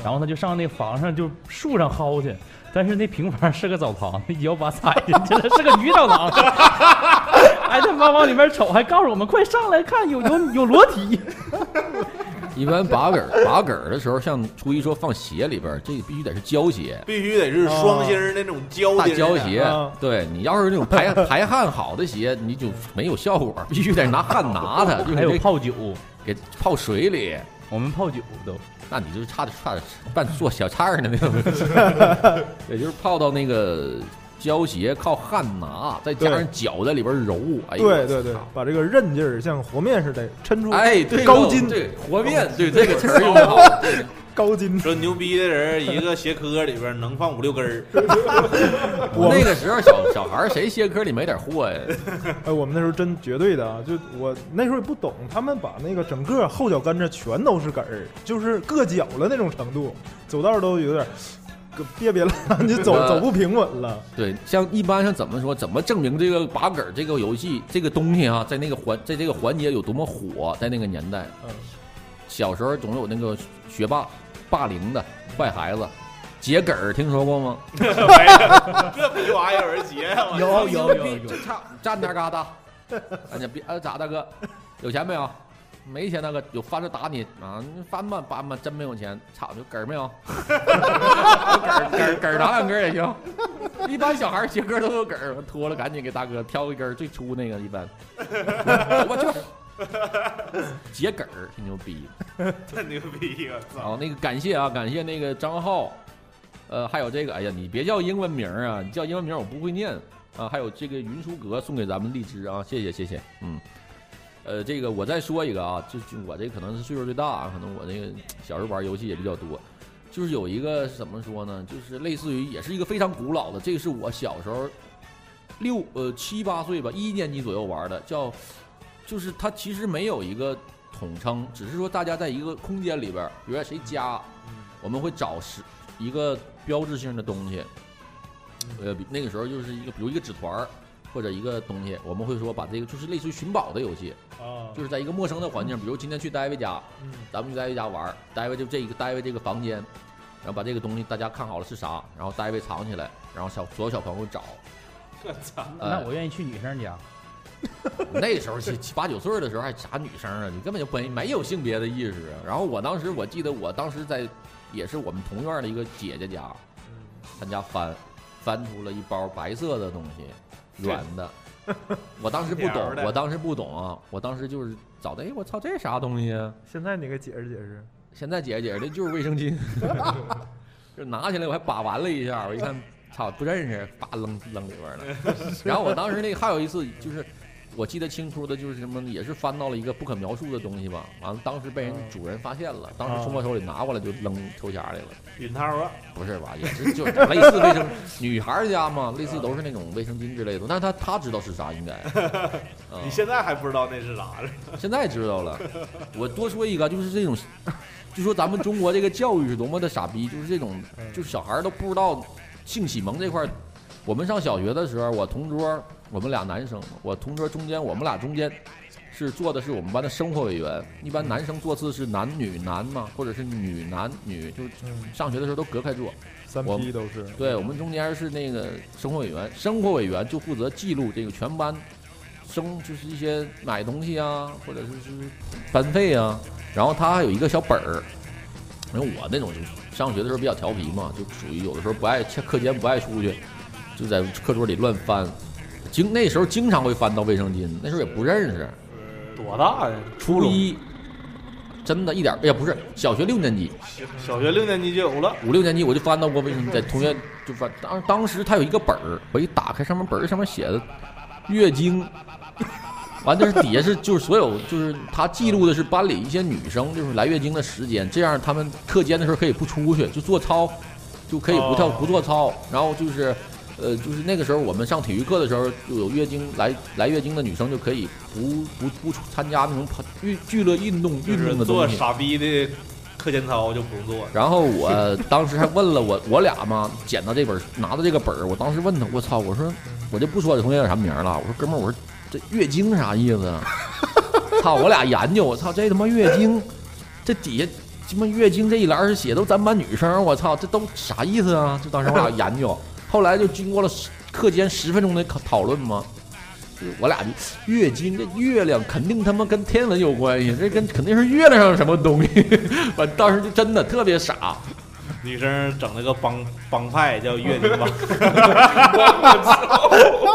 Speaker 3: 然后他就上那房上就树上薅去。但是那平房是个澡堂，一脚把踩进去了，是个女澡堂。 哎，他妈往里面瞅，还告诉我们快上来看，有有有裸体。
Speaker 1: 一般拔梗儿拔梗儿的时候，像初一说放鞋里边儿，这个必须得是胶鞋。
Speaker 5: 必须得是双星儿那种胶
Speaker 1: 大
Speaker 5: 钉儿
Speaker 1: 胶
Speaker 5: 的
Speaker 1: 鞋
Speaker 2: 啊，
Speaker 1: 对你要是那种排 排汗好的鞋，你就没有效果，必须得拿汗拿它， 就是
Speaker 3: 还有
Speaker 1: 这
Speaker 3: 泡酒，
Speaker 1: 给泡水里，
Speaker 3: 我们泡酒都
Speaker 1: 那你就 差点差点半做小菜儿呢，那种，也就是泡到那个胶鞋靠汗拿，再加上脚在里边揉，哎呦，
Speaker 2: 对对对
Speaker 1: 我操，
Speaker 2: 把这个韧劲儿像和面似的抻出
Speaker 1: 哎，对
Speaker 2: 高筋
Speaker 1: 对和面，对这个词儿用得好，对
Speaker 2: 高筋。
Speaker 5: 说牛逼的人，一个鞋壳里边能放五六根 儿，
Speaker 2: 我
Speaker 1: 那个时候小小孩儿谁鞋壳里没点货呀？
Speaker 2: 哎，我们那时候真绝对的啊！就我那时候也不懂，他们把那个整个后脚跟子全都是梗儿，就是硌脚了那种程度，走道都有点儿个别别了， 你走
Speaker 1: 呃
Speaker 2: 走不平稳了。
Speaker 1: 对，像一般像怎么说，怎么证明这个把梗儿这个游戏这个东西啊，在那个环在这个环节有多么火，在那个年代，
Speaker 2: 嗯，
Speaker 1: 小时候总有那个学霸霸凌的坏孩子，桔梗儿听说过吗？
Speaker 5: 这逼玩意儿有人截啊！我
Speaker 3: 有有有有，
Speaker 1: 就差站那儿嘎 达，哎呀别呃咋大哥，有钱没有？没钱大哥，有翻就打你啊！你翻吧搬吧，真没有钱，操有梗儿没 有？有梗儿梗儿拿两根儿也行。一般小孩儿鞋跟都有梗儿，脱了赶紧给大哥挑一根儿最粗那个，一般。 我去，桔梗儿挺牛逼。
Speaker 5: 太牛逼了！
Speaker 1: 然
Speaker 5: 操，
Speaker 1: 后那个感谢啊，感谢那个张浩，呃，还有这个，哎呀，你别叫英文名儿啊，你叫英文名儿我不会念啊。还有这个云舒格送给咱们荔枝啊，谢谢谢谢，嗯，呃，这个我再说一个啊，就就我这可能是岁数最大啊，可能我那个小时候玩游戏也比较多，就是有一个怎么说呢，就是类似于也是一个非常古老的，这个是我小时候六呃七八岁吧，一年级左右玩的，叫就是它其实没有一个统称，只是说大家在一个空间里边儿，比如说谁家，
Speaker 2: 嗯
Speaker 1: 我们会找是一个标志性的东西，呃，比那个时候就是一个比如一个纸团儿或者一个东西，我们会说把这个就是类似于寻宝的游戏，
Speaker 2: 啊
Speaker 1: 就是在一个陌生的环境，比如今天去戴维家，
Speaker 2: 嗯
Speaker 1: 咱们去戴维家玩儿，戴维就这一个戴维这个房间，然后把这个东西大家看好了是啥，然后戴维藏起来，然后小所有小朋友找，
Speaker 5: 我操，
Speaker 1: 呃
Speaker 3: 那我愿意去女生家。
Speaker 1: 那时候七七八九岁的时候还啥女生啊，你根本就没没有性别的意识啊。然后我当时我记得我当时在也是我们同院的一个姐姐家，
Speaker 5: 嗯
Speaker 1: 她家翻翻出了一包白色的东西，软的。我当时 不
Speaker 5: 条
Speaker 1: 懂，
Speaker 5: 儿的
Speaker 1: 我当时不懂啊，我当时就是找的，哎，我操，这是啥东西啊？
Speaker 2: 现在你给解释解释，
Speaker 1: 现在解释解释，这就是卫生巾， 就拿起来我还把玩了一下，我一看，操，不认识，叭扔扔里边了。然后我当时那还有一次，就是我记得清楚的，就是什么，也是翻到了一个不可描述的东西吧。完了，当时被人主人发现了，当时从我手里拿过来就扔抽匣里了。
Speaker 5: 云套啊，
Speaker 1: 不是吧？也是就是类似卫生，女孩儿家嘛，类似都是那种卫生巾之类的。但他他知道是啥，应该。嗯
Speaker 5: 你现在还不知道那是啥了？
Speaker 1: 现在知道了。 我多说一个，就是这种， 就说咱们中国这个教育是多么的傻逼，就是这种，
Speaker 2: 嗯
Speaker 1: 就是小孩儿都不知道性启蒙这块儿。我们上小学的时候，我同桌，我们俩男生，我同桌中间，我们俩中间是坐的是我们班的生活委员。一般男生坐次是男女男嘛，或者是女男女，就是
Speaker 2: 嗯，
Speaker 1: 上学的时候都隔开坐。
Speaker 2: 三
Speaker 1: 我
Speaker 2: P 都是
Speaker 1: 对我们中间是那个生活委员，生活委员就负责记录这个全班生，就是一些买东西啊，或者是是班费啊。然后他还有一个小本儿，因为我那种就上学的时候比较调皮嘛，就属于有的时候不爱课间不爱出去，就在课桌里乱翻。经那时候经常会翻到卫生巾，那时候也不认识。
Speaker 4: 多大呀？
Speaker 1: 初一，真的一点儿哎呀不是，小学六年级，
Speaker 5: 小学六年级就有了，
Speaker 1: 五六年级我就翻到过卫生巾，在同学就翻当当时他有一个本儿，我一打开上面本儿上面写的月经，完就是底下是就是所有就是他记录的是班里一些女生就是来月经的时间，这样他们课间的时候可以不出去，就做操，就可以不
Speaker 5: 哦
Speaker 1: 跳不做操，然后就是。呃，就是那个时候我们上体育课的时候，就有月经来来月经的女生就可以不不不出参加那种跑运剧烈运动
Speaker 5: 就
Speaker 1: 运
Speaker 5: 是
Speaker 1: 动的
Speaker 5: 做
Speaker 1: 东西。
Speaker 5: 傻逼的课间操就不用做了。
Speaker 1: 然后我当时还问了我我俩嘛，捡到这本拿到这个本儿，我当时问他，我操，我说我就不说这同学叫啥名儿了，我说哥们儿，我说这月经啥意思啊？ 操，我俩研究，我操，这他妈月经，这底下他妈月经这一栏是写都咱班女生，我操，这都啥意思啊？就当时我俩研究，后来就经过了十课间十分钟的讨讨论嘛。就我俩就月经，这月亮肯定他妈跟天文有关系，这跟肯定是月亮上有什么东西。 我当时就真的特别傻，
Speaker 5: 女生整了个帮帮派叫月经 帮，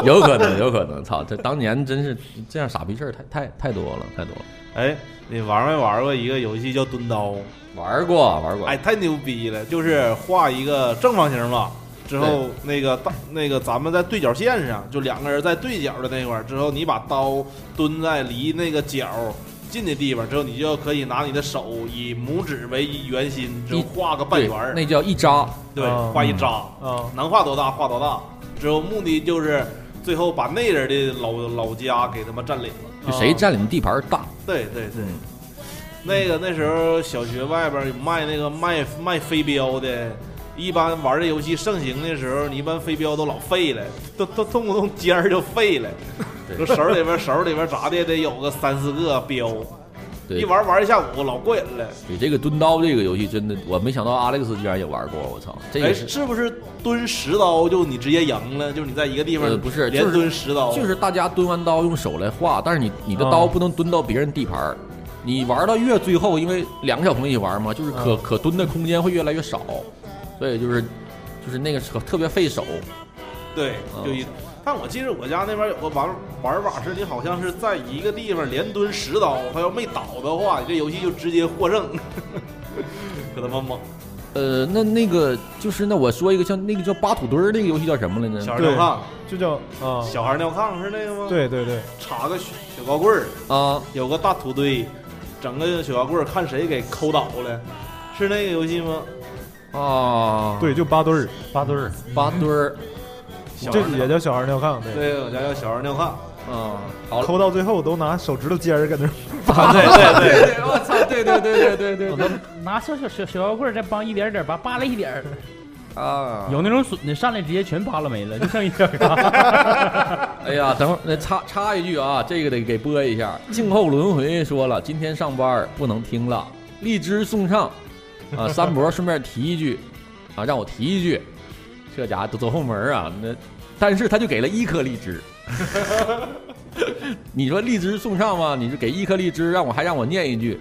Speaker 1: 有可能，有可能，操！这当年真是这样傻逼事儿太太太多了，太多了。
Speaker 5: 哎，你玩没玩过一个游戏叫蹲刀？
Speaker 1: 玩过，玩过，
Speaker 5: 哎，太牛逼了！就是画一个正方形吧，之后那个大那个咱们在对角线上，就两个人在对角的那块儿，之后你把刀蹲在离那个角近的地方，之后你就可以拿你的手以拇指为圆心，之后
Speaker 1: 一
Speaker 5: 画个半圆儿，
Speaker 1: 那叫一扎，
Speaker 5: 对
Speaker 2: 啊，
Speaker 5: 画一扎，
Speaker 2: 啊，
Speaker 5: 能画多大画多大。之后目的就是最后把那人的老老家给他们占领了。
Speaker 1: 就谁占领地盘儿大。
Speaker 5: 对对对
Speaker 1: 嗯，
Speaker 5: 那个那时候小学外边有卖那个卖卖飞镖的，一般玩这游戏盛行的时候，你一般飞镖都老废了，都都动不动尖儿就废了，
Speaker 1: 对
Speaker 5: 说手里边手里边咋的得有个三四个镖，一
Speaker 1: 对，
Speaker 5: 玩玩一下午老过瘾了。
Speaker 1: 对这个蹲刀这个游戏真的，我没想到 Alex 居然也玩过，我操，这
Speaker 5: 哎，
Speaker 1: 也是。
Speaker 5: 是不是蹲十刀就你直接赢了？就是你在一个地
Speaker 1: 呃
Speaker 5: 方
Speaker 1: 不是
Speaker 5: 连
Speaker 1: 就是
Speaker 5: 蹲十刀，
Speaker 1: 就是大家蹲完刀用手来画，但是你你的刀
Speaker 2: 啊
Speaker 1: 不能蹲到别人地盘儿。你玩到越最后，因为两个小朋友一起玩
Speaker 5: 嗯
Speaker 1: 嘛，就是可、
Speaker 2: 啊
Speaker 1: 可蹲的空间会越来越少，所以就是就是那个特特别费手。
Speaker 5: 对
Speaker 1: 啊，
Speaker 5: 就一。但我记得我家那边有个玩玩法是，你好像是在一个地方连蹲十刀，他要没倒的话，你这游戏就直接获胜， 可他妈猛！
Speaker 1: 呃，那那个就是那我说一个像那个叫八土堆儿那个游戏叫什么来
Speaker 5: 小
Speaker 1: 着？
Speaker 5: 孩尿炕，
Speaker 2: 就叫啊，
Speaker 5: 小孩尿炕是那个吗？，
Speaker 2: 对对对，
Speaker 5: 插个小小高棍儿，
Speaker 1: 啊，
Speaker 5: 有个大土堆，整个小高棍儿看谁给抠倒了，是那个游戏吗？
Speaker 1: 啊，
Speaker 2: 对，，就八堆儿，
Speaker 3: 八堆儿，
Speaker 1: 八堆儿
Speaker 5: 小孩
Speaker 2: 这
Speaker 5: 尿
Speaker 2: 也叫小孩尿炕，对，
Speaker 5: 对，我家叫小孩尿炕。
Speaker 1: 啊，好了，
Speaker 2: 抠到最后都拿手指头尖儿搁那儿
Speaker 5: 啊，对对对，
Speaker 1: 对， 我操，对对对对对
Speaker 3: 我都拿小小小小摇棍儿再帮一点点儿拔，扒拉一点儿，
Speaker 1: 啊，
Speaker 3: 有那种损的上来直接全扒拉没了，就剩一点儿啊了。
Speaker 1: 哎呀，等会儿那插插一句啊，这个得给播一下。静候轮回说了，今天上班儿不能听了，荔枝送上。啊，三伯顺便提一句，啊，让我提一句，这家伙都走后门儿啊，那但是他就给了一颗荔枝。 你说荔枝送上吗？你就给一颗荔枝，让我还让我念一句，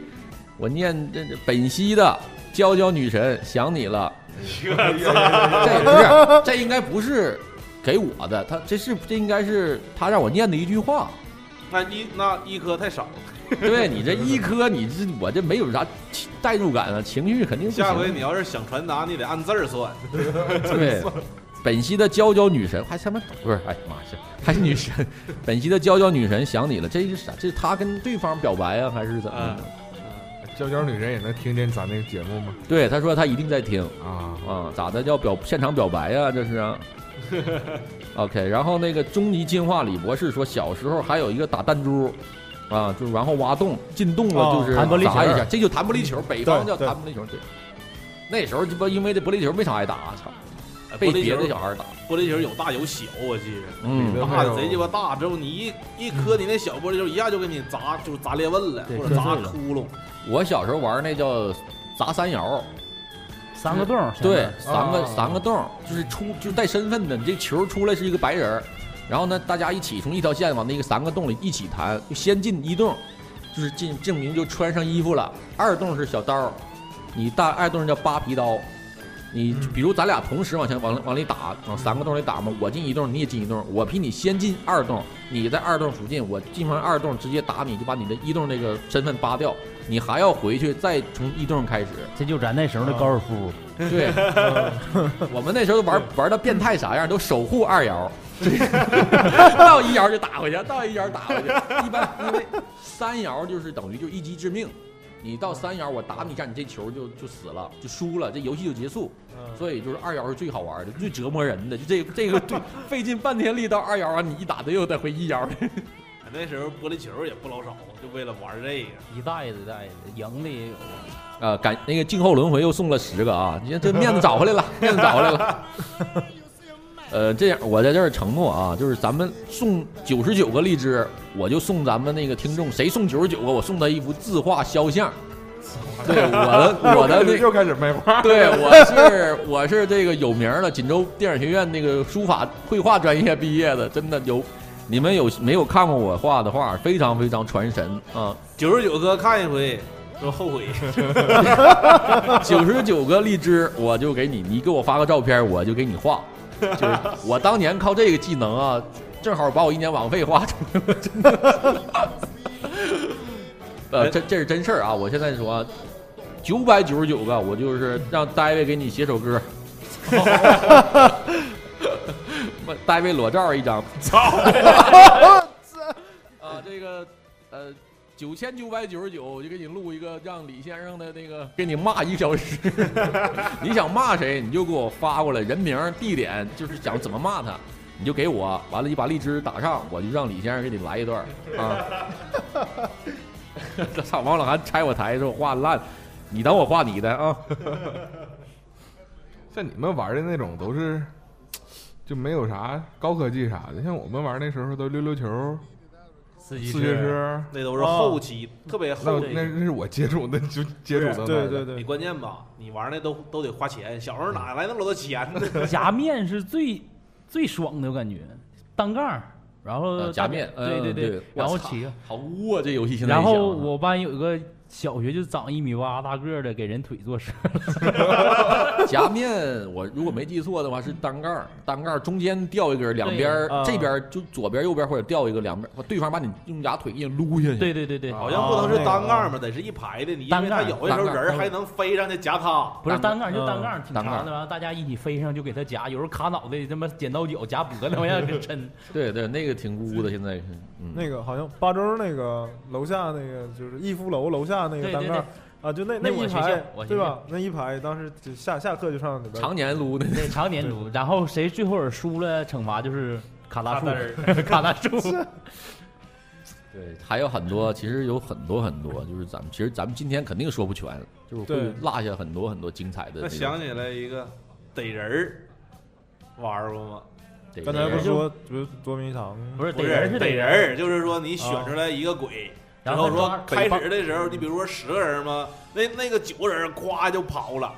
Speaker 1: 我念这这本溪的娇娇女神想你了。这也不是，这应该不是给我的，他这是这应该是他让我念的一句话。
Speaker 5: 那一那一颗太少了，
Speaker 1: 对你这一科，你这我这没有啥情代入感啊，情绪肯定不行。
Speaker 5: 下回你要是想传达，你得按字儿算。
Speaker 1: 对，本期的娇娇女神还他妈不是，哎呀妈呀，还是女神。本期的娇娇女神想你了，这是啥？这是他跟对方表白啊，还是怎么
Speaker 5: 嗯
Speaker 1: 的？
Speaker 4: 娇娇女人也能听见咱那个节目吗？
Speaker 1: 对，他说他一定在听
Speaker 4: 啊，
Speaker 1: 啊，咋的叫表现场表白啊？这是啊。OK，然后那个中尼进化李博士说，小时候还有一个打弹珠，啊，就是然后挖洞进洞了，
Speaker 2: 哦
Speaker 1: 就是
Speaker 3: 弹玻璃球
Speaker 1: 砸一下，这就弹玻璃球，北方
Speaker 2: 对
Speaker 1: 叫
Speaker 2: 对
Speaker 1: 弹玻璃球。对，那时候这不因为这玻璃球没啥挨打，操，
Speaker 5: 哎
Speaker 1: 被
Speaker 5: 玻璃
Speaker 1: 别的
Speaker 5: 球
Speaker 1: 小孩打。
Speaker 5: 玻璃球有大有小，我记着。
Speaker 1: 嗯，
Speaker 5: 大的贼鸡巴大，之后你一一磕你那小玻璃球，一下就给你砸，就是砸裂纹了，
Speaker 3: 嗯对
Speaker 5: 或者砸
Speaker 3: 磕碎了
Speaker 5: 窟窿。
Speaker 1: 我小时候玩那叫砸三摇，
Speaker 3: 三个洞儿，
Speaker 1: 对，三个
Speaker 4: 啊
Speaker 1: 三个洞，就是出就是带身份的，你这球出来是一个白人儿，然后呢，大家一起从一条线往那个三个洞里一起弹，就先进一洞，就是进证明就穿上衣服了。二洞是小刀儿，你大二洞叫扒皮刀，你
Speaker 2: 嗯
Speaker 1: 比如咱俩同时往前往往里打，往三个洞里打嘛，我进一洞你也进一洞，我比你先进二洞，你在二洞附近，我进完二洞直接打你就把你的一洞那个身份扒掉，你还要回去再从一洞开始。
Speaker 3: 这就咱那时候的高尔夫，
Speaker 1: 对，我们那时候玩玩到变态啥样，都守护二摇，到一摇就打回去，到一摇打回去。一般因为三摇就是等于就一击致命，你到三摇我打你一下，你这球就就死了，就输了，这游戏就结束。所以就是二摇是最好玩的，最折磨人的，就这个这个对费尽半天力到二摇完，你一打的又得回一摇。
Speaker 5: 哎那时候玻璃球也不老少，就为了玩这个。
Speaker 3: 一代一代的，赢的也有。
Speaker 1: 啊，感那个静候轮回又送了十个啊！你看这面子找回来了，面子找回来了。呃，这样我在这儿承诺啊，就是咱们送九十九个荔枝，我就送咱们那个听众，谁送九十九个，我送他一幅自画肖像。对我的我 的
Speaker 4: 又
Speaker 1: 那
Speaker 4: 开始又开始卖花，
Speaker 1: 对我是我是这个有名儿的锦州电影学院那个书法绘画专业毕业的，真的有你们有没有看过我画的画？非常非常传神啊！
Speaker 5: 九十九哥看一回，说后 悔。
Speaker 1: 九十九个荔枝，我就给你，你给我发个照片，我就给你画。就是我当年靠这个技能啊，正好把我一年网费花出去了。真的 呃，这这是真事儿啊！我现在说，九百九十九个，我就是让大卫给你写首歌。 大卫裸照一张。操！ 啊，这个呃，九千九百九十九，我就给你录一个，让李先生的那个给你骂一小时。 你想骂谁，你就给我发过来人名、地点，就是想怎么骂他，你就给我。完了，你把荔枝打上，我就让李先生给你来一段儿啊。 操！王老汉拆我台说画烂，你等我画你的啊。
Speaker 4: 像你们玩的那种都是就没有啥高科技啥的，像我们玩那时候都溜溜球、
Speaker 3: 司机
Speaker 4: 自学车，
Speaker 5: 那都是后期，
Speaker 3: 哦
Speaker 5: 特别
Speaker 4: 那
Speaker 5: 后
Speaker 4: 我
Speaker 5: 期。
Speaker 4: 那是我接触的就接触到的。
Speaker 2: 对对
Speaker 5: 你
Speaker 2: 对，
Speaker 5: 关键吧，你玩那都都得花钱，小时候
Speaker 3: 嗯
Speaker 5: 哪来那么多钱呢？
Speaker 3: 夹面是最最爽的，我感觉单杠儿，然后
Speaker 1: 呃夹面，呃
Speaker 3: 对对
Speaker 1: 对，
Speaker 3: 然后
Speaker 1: 我操
Speaker 3: 骑个，
Speaker 1: 好污啊！这游戏现在一
Speaker 3: 然后
Speaker 1: 想啊
Speaker 3: 我班有一个小学就长一米八大个儿的，给人腿做事儿，
Speaker 1: 夹面，我如果没记错的话是单杠儿，单杠儿中间掉一根儿，两边儿
Speaker 2: 对啊
Speaker 1: 这边儿就左边儿右边儿或者掉一个，两边儿对方把你用俩腿硬撸下去。
Speaker 3: 对对对对，
Speaker 4: 啊
Speaker 5: 好像不能是单
Speaker 3: 哦
Speaker 5: 杠吧，得是一排的。你因为他有的时候人儿还
Speaker 3: 嗯
Speaker 5: 能飞上去夹他。
Speaker 3: 不是
Speaker 1: 单
Speaker 3: 单杠儿就单杠儿，挺
Speaker 1: 单杠
Speaker 3: 长的，完了大家一起飞上就给他夹，有时候卡脑袋，他妈剪刀脚夹脖子，往下给抻。
Speaker 1: 对对，那个挺污的，现在是嗯，
Speaker 2: 那个好像八州那个楼下那个就是逸夫楼楼下那个
Speaker 3: 对
Speaker 2: 单
Speaker 3: 对
Speaker 2: 杠啊，就那
Speaker 3: 那
Speaker 2: 一
Speaker 3: 我学
Speaker 2: 排
Speaker 3: 校我学
Speaker 2: 对吧？那一排当时就下下课就上里边
Speaker 1: 常年撸的。
Speaker 3: 对，常年撸，然后谁最后输了，惩罚就是卡大
Speaker 5: 卡单
Speaker 3: 树，卡大树。
Speaker 1: 对，还有很多，其实有很多很多，就是咱们其实咱们今天肯定说不全，就是会
Speaker 2: 对
Speaker 1: 落下很多很多精彩的
Speaker 5: 那
Speaker 1: 种。
Speaker 5: 想起来一个逮人儿，玩过吗？
Speaker 1: 对
Speaker 2: 刚才不
Speaker 1: 对
Speaker 2: 是说不是捉迷藏
Speaker 3: 不是
Speaker 5: 不
Speaker 3: 逮人
Speaker 5: 是
Speaker 3: 是
Speaker 5: 逮
Speaker 3: 逮
Speaker 5: 人
Speaker 3: 人，啊
Speaker 5: 儿，就是说你选出来一个鬼，然
Speaker 3: 然后
Speaker 5: 后说
Speaker 3: 抓
Speaker 5: 开始的时候，你比如说十个人嘛，那那个九个人咵就跑了，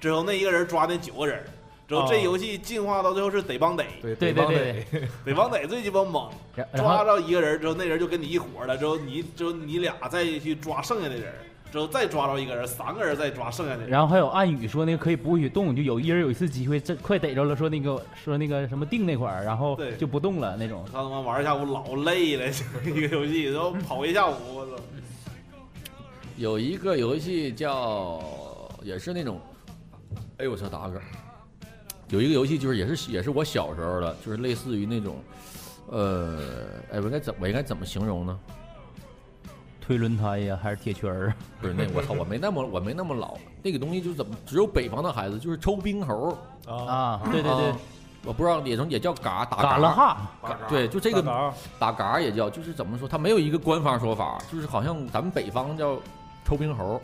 Speaker 5: 之后那一个人抓那九个人，之后
Speaker 3: 啊
Speaker 5: 这
Speaker 2: 哦
Speaker 5: 游戏进化到最后是逮帮逮，
Speaker 4: 对
Speaker 3: 对
Speaker 4: 对
Speaker 3: 对对，
Speaker 5: 逮帮逮最鸡巴猛，
Speaker 3: 然然
Speaker 5: 抓
Speaker 3: 后
Speaker 5: 着一个人之后，那人就跟你一伙儿了，之后你之后你俩再去抓剩下的人，之后再抓着一个人，三个人再抓剩下的人。
Speaker 3: 然后还有暗语说那个可以不许动，就有一人有一次机会，这快逮着了，说那个说那个什么定那块儿，然后
Speaker 5: 对
Speaker 3: 就不动了那种。
Speaker 5: 他他妈玩一下午老累了，这个游戏然后跑一下午，我 操！
Speaker 1: 有一个游戏叫，也是那种，哎呦我操，打个嗝。有一个游戏就是也是也是我小时候的，就是类似于那种，呃，哎，我应该怎我应该怎么形容呢？
Speaker 3: 推轮胎呀，还是铁圈儿？
Speaker 1: 不是那我操，我没那么我没那么老，那个东西就是怎么只有北方的孩子就是抽冰猴儿
Speaker 2: 啊，
Speaker 3: 啊，对对对
Speaker 1: 啊，我不知道也从也叫嘎打
Speaker 3: 嘎了
Speaker 1: 嘎，
Speaker 3: 哈，
Speaker 1: 嘎对，就这
Speaker 2: 这
Speaker 1: 个
Speaker 2: 个
Speaker 1: 打嘎也叫，就是怎么说，它没有一个官方说法，就是好像咱们北方叫抽冰猴儿。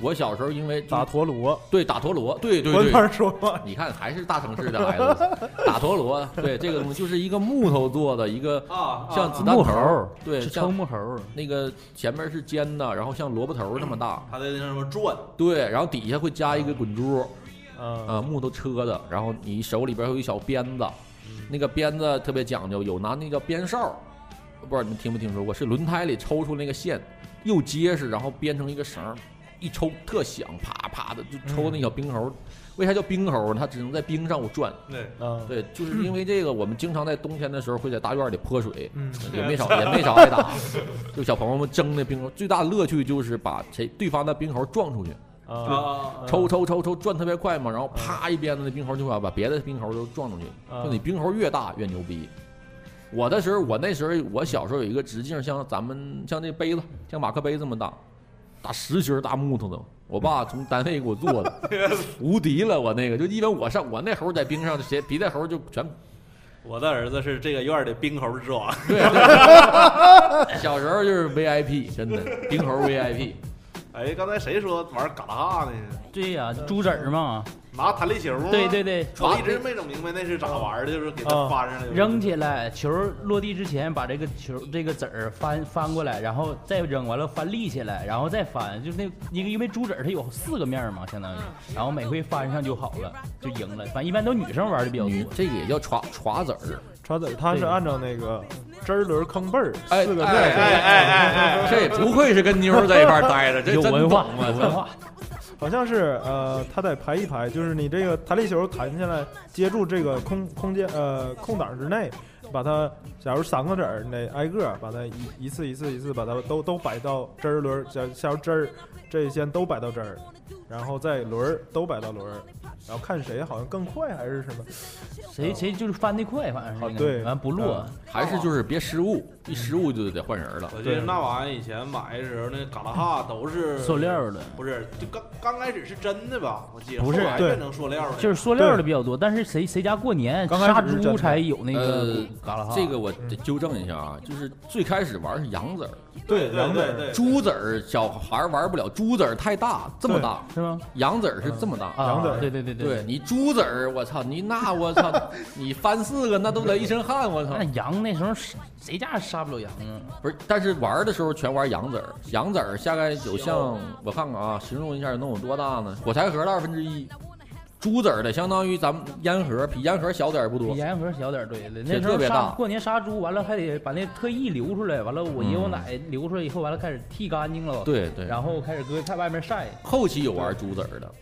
Speaker 1: 我小时候因为就是
Speaker 2: 打陀螺，
Speaker 1: 对打陀螺，对对
Speaker 2: 官
Speaker 1: 对，
Speaker 2: 方说法
Speaker 1: 你看，还是大城市的孩子， 打陀螺，对这个东西就是一个木头做的一个
Speaker 5: 啊，啊
Speaker 1: 像
Speaker 5: 啊
Speaker 1: 子弹
Speaker 3: 木
Speaker 1: 头
Speaker 3: 猴
Speaker 1: 儿
Speaker 3: 儿，
Speaker 1: 对，
Speaker 3: 是抽
Speaker 1: 像
Speaker 3: 木猴儿。
Speaker 1: 那个前面是尖的，然后像萝卜头儿那么大，
Speaker 5: 他在那什么转，
Speaker 3: 嗯
Speaker 1: 对，然后底下会加一个滚珠，
Speaker 2: 啊，
Speaker 1: 呃，木头车的，然后你手里边会有一小鞭子，那个鞭子特别讲究，有拿那叫鞭哨儿，不知道你们听没听说过，是轮胎里抽出那个线，又结实，然后编成一个绳儿，一抽特响，啪啪的就抽那小冰猴儿。为啥叫冰猴儿呢？它只能在冰上转。
Speaker 5: 对，
Speaker 2: 啊，
Speaker 1: 对，就是因为这个，我们经常在冬天的时候会在大院里泼水，
Speaker 2: 嗯，
Speaker 1: 呃也没少也没少挨打。就小朋友们争那冰猴，最大的乐趣就是把谁对方的冰猴撞出去，
Speaker 2: 啊，
Speaker 5: 啊，
Speaker 1: 抽抽抽抽转特别快嘛，然后
Speaker 3: 啊
Speaker 1: 啪一鞭子，那冰猴就把把别的冰猴都撞出去。
Speaker 2: 啊
Speaker 1: 就你冰猴越大越牛逼。我的时候，我那时候我小时候有一个直径像咱们像这杯子，像马克杯这么大，大十节儿大木头的，我爸从单位给我做 的，无敌了我那个，就因为我上我那猴在冰上，谁别的猴就全
Speaker 5: 我的儿子是这个院儿啊的冰猴 之王，
Speaker 1: 对对小时候就是 VIP，真的冰猴 VIP。
Speaker 5: 哎，刚才谁说玩嘎啦哈呢？
Speaker 3: 对呀，猪子儿嘛，
Speaker 5: 拿弹力球吗？
Speaker 3: 对对，对，
Speaker 5: 我一直没整明白那是咋玩的，就是给它
Speaker 2: 啊
Speaker 5: 翻上来
Speaker 3: 扔起来，球落地之前把这个球这个子儿翻翻过来，然后再扔完了翻立起来，然后再翻，就是那一个因为猪子儿它有四个面儿嘛，相当于，
Speaker 2: 嗯
Speaker 3: 然后每回翻上就好了，就赢了。反正一般都女生玩的比较
Speaker 1: 女
Speaker 3: 多。
Speaker 1: 这个也叫耍耍子儿，啊
Speaker 2: 船子它是按照那个支儿轮坑背儿
Speaker 1: 哎
Speaker 2: 四个
Speaker 1: 哎
Speaker 2: 面儿，
Speaker 5: 哎哎哎
Speaker 1: 这
Speaker 5: 哎，
Speaker 1: 不愧是跟妞儿在一块儿待着，这
Speaker 3: 有
Speaker 1: 真
Speaker 3: 文 化
Speaker 1: 懂，啊
Speaker 3: 有文化，
Speaker 2: 好像是呃，它得排一排，就是你这个弹力球弹下来，接住这个空空间呃空档之内，把它，假如三个子儿，你得挨个儿把它一一次一次一次把它都都摆到针儿轮儿，假假如针儿这一线都摆到针儿，然后再轮儿都摆到轮儿，然后看谁好像更快还是什么。
Speaker 3: 谁谁就是翻的快，反正是
Speaker 2: 好
Speaker 3: 应该
Speaker 2: 啊对
Speaker 3: 完不落
Speaker 2: 嗯。
Speaker 1: 还是就是别失误，
Speaker 3: 嗯
Speaker 1: 一失误就得换人了。
Speaker 5: 我记得那玩意儿以前买的时候，那嘎啦哈都是
Speaker 3: 塑料的，
Speaker 5: 不是，就刚刚开始是真的吧？我记得
Speaker 3: 不是
Speaker 5: 后来
Speaker 2: 对
Speaker 5: 变成塑料的，
Speaker 3: 就是塑料的比较多。但是谁谁家过年
Speaker 2: 刚开
Speaker 3: 杀
Speaker 2: 始是真
Speaker 3: 猪
Speaker 2: 的
Speaker 3: 才有那
Speaker 1: 呃
Speaker 3: 个嘎啦哈，
Speaker 1: 这个我得纠正一下啊，就是最开始玩是羊子儿，
Speaker 5: 对对
Speaker 2: 羊子
Speaker 5: 对
Speaker 2: 儿
Speaker 5: 对，
Speaker 1: 猪子儿小孩儿玩不了，猪子儿太大，这么大，
Speaker 3: 是吗？
Speaker 1: 羊子儿是这么大。
Speaker 3: 啊
Speaker 2: 羊子，儿
Speaker 3: 对对对
Speaker 1: 对。你猪子儿，我操，你那我操， 你翻四个那都得一身汗，我操
Speaker 3: 那。羊那时候是谁家杀不了羊啊？
Speaker 1: 不是，但是玩儿的时候全玩羊子儿，羊子儿大概有像我看看啊，形容一下能有多大呢？火柴盒的二分之一，猪子儿的相当于咱们烟盒，比烟盒小点儿不
Speaker 3: 比
Speaker 1: 多。
Speaker 3: 盐盒小点儿，对对。
Speaker 1: 且
Speaker 3: 那时
Speaker 1: 特
Speaker 3: 候
Speaker 1: 别
Speaker 3: 杀
Speaker 1: 大
Speaker 3: 过年杀猪，完了还得把那特意留出来，完了我爷我
Speaker 1: 嗯
Speaker 3: 奶留出来以后，完了开始剃干净了，，
Speaker 1: 对对，
Speaker 3: 然后开始搁在外面晒。
Speaker 1: 后期有玩猪子儿的，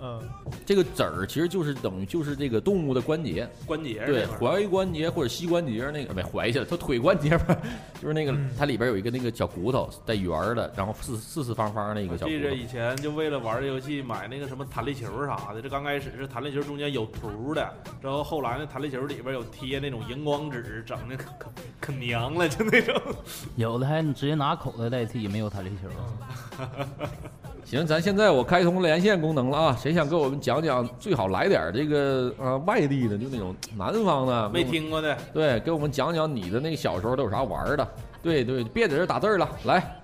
Speaker 2: 嗯，
Speaker 1: 这个子儿其实就是等于就是这个动物的关节，
Speaker 5: 关节
Speaker 1: 对，
Speaker 5: 这块儿
Speaker 1: 踝关节或者膝关节那个没踝去了，它腿关节吧，就是那个
Speaker 5: 嗯
Speaker 1: 它里边有一个那个小骨头带圆儿的，然后四四四方方那个
Speaker 5: 我
Speaker 1: 小骨
Speaker 5: 记着
Speaker 1: 头。
Speaker 5: 以前就为了玩这游戏买那个什么弹力球啥的，这刚开始是弹力球中间有图的，之后后来那弹力球里边有贴那种荧光纸，整的可可可娘了，就那种。
Speaker 1: 嗯
Speaker 3: 有的还直接拿口袋代替，没有弹力球。
Speaker 1: 行，咱现在我开通连线功能了啊，谁想给我们讲讲最好来点儿这个呃外地的，就那种南方的，
Speaker 5: 没听过的，
Speaker 1: 对，给我们讲讲你的那个小时候都有啥玩儿的。对对，别在这儿打字儿了，来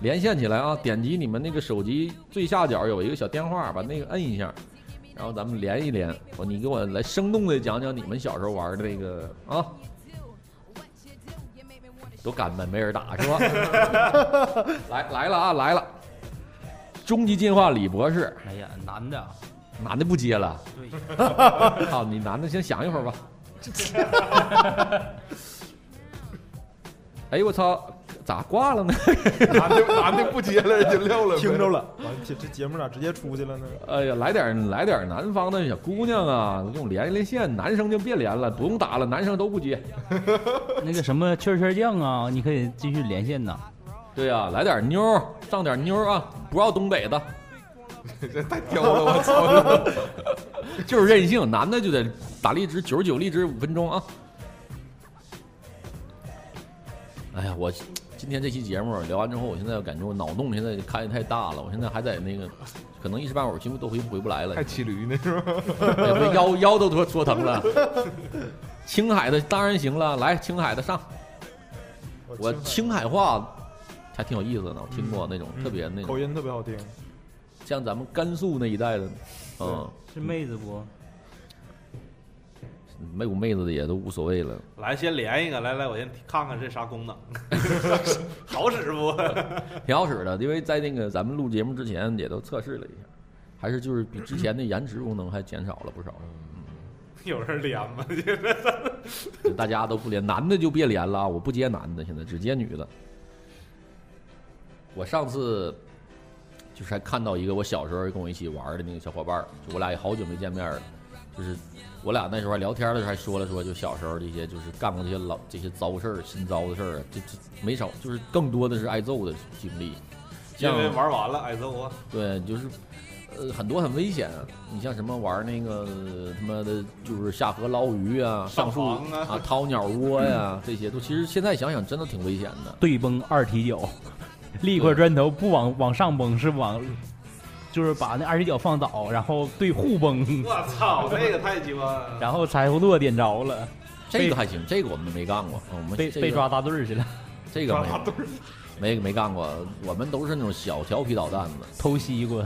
Speaker 1: 连线起来啊！点击你们那个手机最下角有一个小电话，把那个摁一下，然后咱们连一连。我你给我来生动的讲讲你们小时候玩儿的那个啊，多赶呗，没人打是吧？ 来来了啊，来了！终极进化李博士，
Speaker 3: 哎呀，男的啊，
Speaker 1: 男的不接了。好，你男的先想一会儿吧。 哎呦我操，咋挂了呢？
Speaker 4: 男的男的不接了，人家撂了呗，
Speaker 2: 听着了，完这这节目咋直接出去了呢？
Speaker 1: 哎呀，来点儿来点儿南方的小姑娘啊，用连连线，男生就别连了，不用打了，男生都不接。
Speaker 3: 那个什么圈圈酱啊，你可以继续连线呐。
Speaker 1: 对呀、来点儿妞儿，上点儿妞儿啊，不要东北的，
Speaker 4: 这太挑了，我操！
Speaker 1: 就是任性，男的就得打荔枝九十九荔枝五分钟啊。哎呀，我今天这期节目聊完之后，我现在感觉我脑洞现在开的太大了，我现在还在那个，可能一时半会儿几乎都回回不来了
Speaker 4: 太，骑驴呢是吧？
Speaker 1: 哎我腰腰都说说疼了。青海的当然行了，来青海的上，我
Speaker 2: 听
Speaker 1: 青海话还挺有意思的，我听过那种、
Speaker 2: 嗯
Speaker 1: 特别那
Speaker 2: 口
Speaker 1: 种，
Speaker 2: 音特别好听，
Speaker 1: 像咱们甘肃那一带的，嗯，
Speaker 3: 是妹子不？
Speaker 1: 没有妹子的也都无所谓了。
Speaker 5: 来先连一个，来来，我先看看这啥功能， 好使不？
Speaker 1: 挺好使的，因为在那个咱们录节目之前也都测试了一下，还是就是比之前的延迟功能还减少了不少。
Speaker 5: 有人连吗？
Speaker 1: 大家都不连，男的就别连了啊，我不接男的，现在只接女的。我上次就是还看到一个我小时候跟我一起玩的那个小伙伴儿，就我俩也好久没见面了，就是我俩那时候还聊天的时候还说了说，就小时候这些就是干过这些老这些糟事儿、心糟的事儿，这这没少，就是更多的是挨揍的经历。
Speaker 5: 因
Speaker 1: 像
Speaker 5: 为玩完了挨揍啊！
Speaker 1: 对，就是呃很多很危险。你像什么玩那个呃他妈的，就是下河捞鱼啊，上
Speaker 5: 上
Speaker 1: 树
Speaker 5: 房啊
Speaker 1: 啊，掏鸟窝呀、这些都其实现在想想真的挺危险的。
Speaker 3: 对崩二踢脚，立块砖头不往往上崩，是往就是把那二踢脚放倒，然后对互 崩，
Speaker 5: 我操，这个太鸡巴！
Speaker 3: 然后柴火垛点着了，
Speaker 1: 这个还行，这个我们没干过，哦我们
Speaker 3: 被
Speaker 1: 这
Speaker 3: 被
Speaker 1: 个
Speaker 3: 抓大队儿去了，
Speaker 1: 这 个啊没没没干过，我们都是那种小调皮捣蛋的。
Speaker 3: 偷西瓜。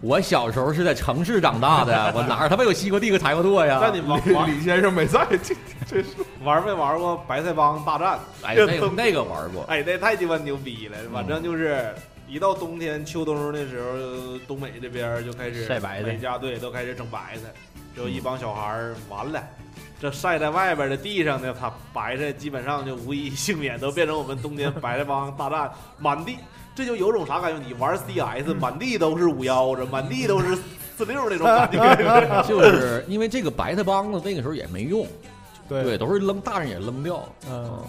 Speaker 1: 我小时候是在城市长大的，我哪儿他妈有西瓜地和柴火垛呀？
Speaker 5: 那你 玩玩
Speaker 4: 李李先生没在，这这是
Speaker 5: 玩没玩过白菜帮大战？
Speaker 1: 哎，那个那个玩 过，
Speaker 5: 哎，那太鸡巴牛逼了！反
Speaker 3: 嗯
Speaker 5: 正就是一到冬天、秋冬的时候，东北这边就开始
Speaker 3: 晒白嗯菜
Speaker 5: 每家对都开始整白菜，就一帮小孩儿完了。这晒在外边的地上呢，它白菜基本上就无一幸免，都变成我们冬 天白菜帮大战，满地这就有种啥感觉？你玩
Speaker 3: 嗯
Speaker 5: CS，满地都是五幺子，满地都是四六那种感 觉。
Speaker 1: 就是因为这个白菜帮子那个时候也没用，对，
Speaker 2: 对，
Speaker 1: 都是扔，大人也扔掉。
Speaker 2: 嗯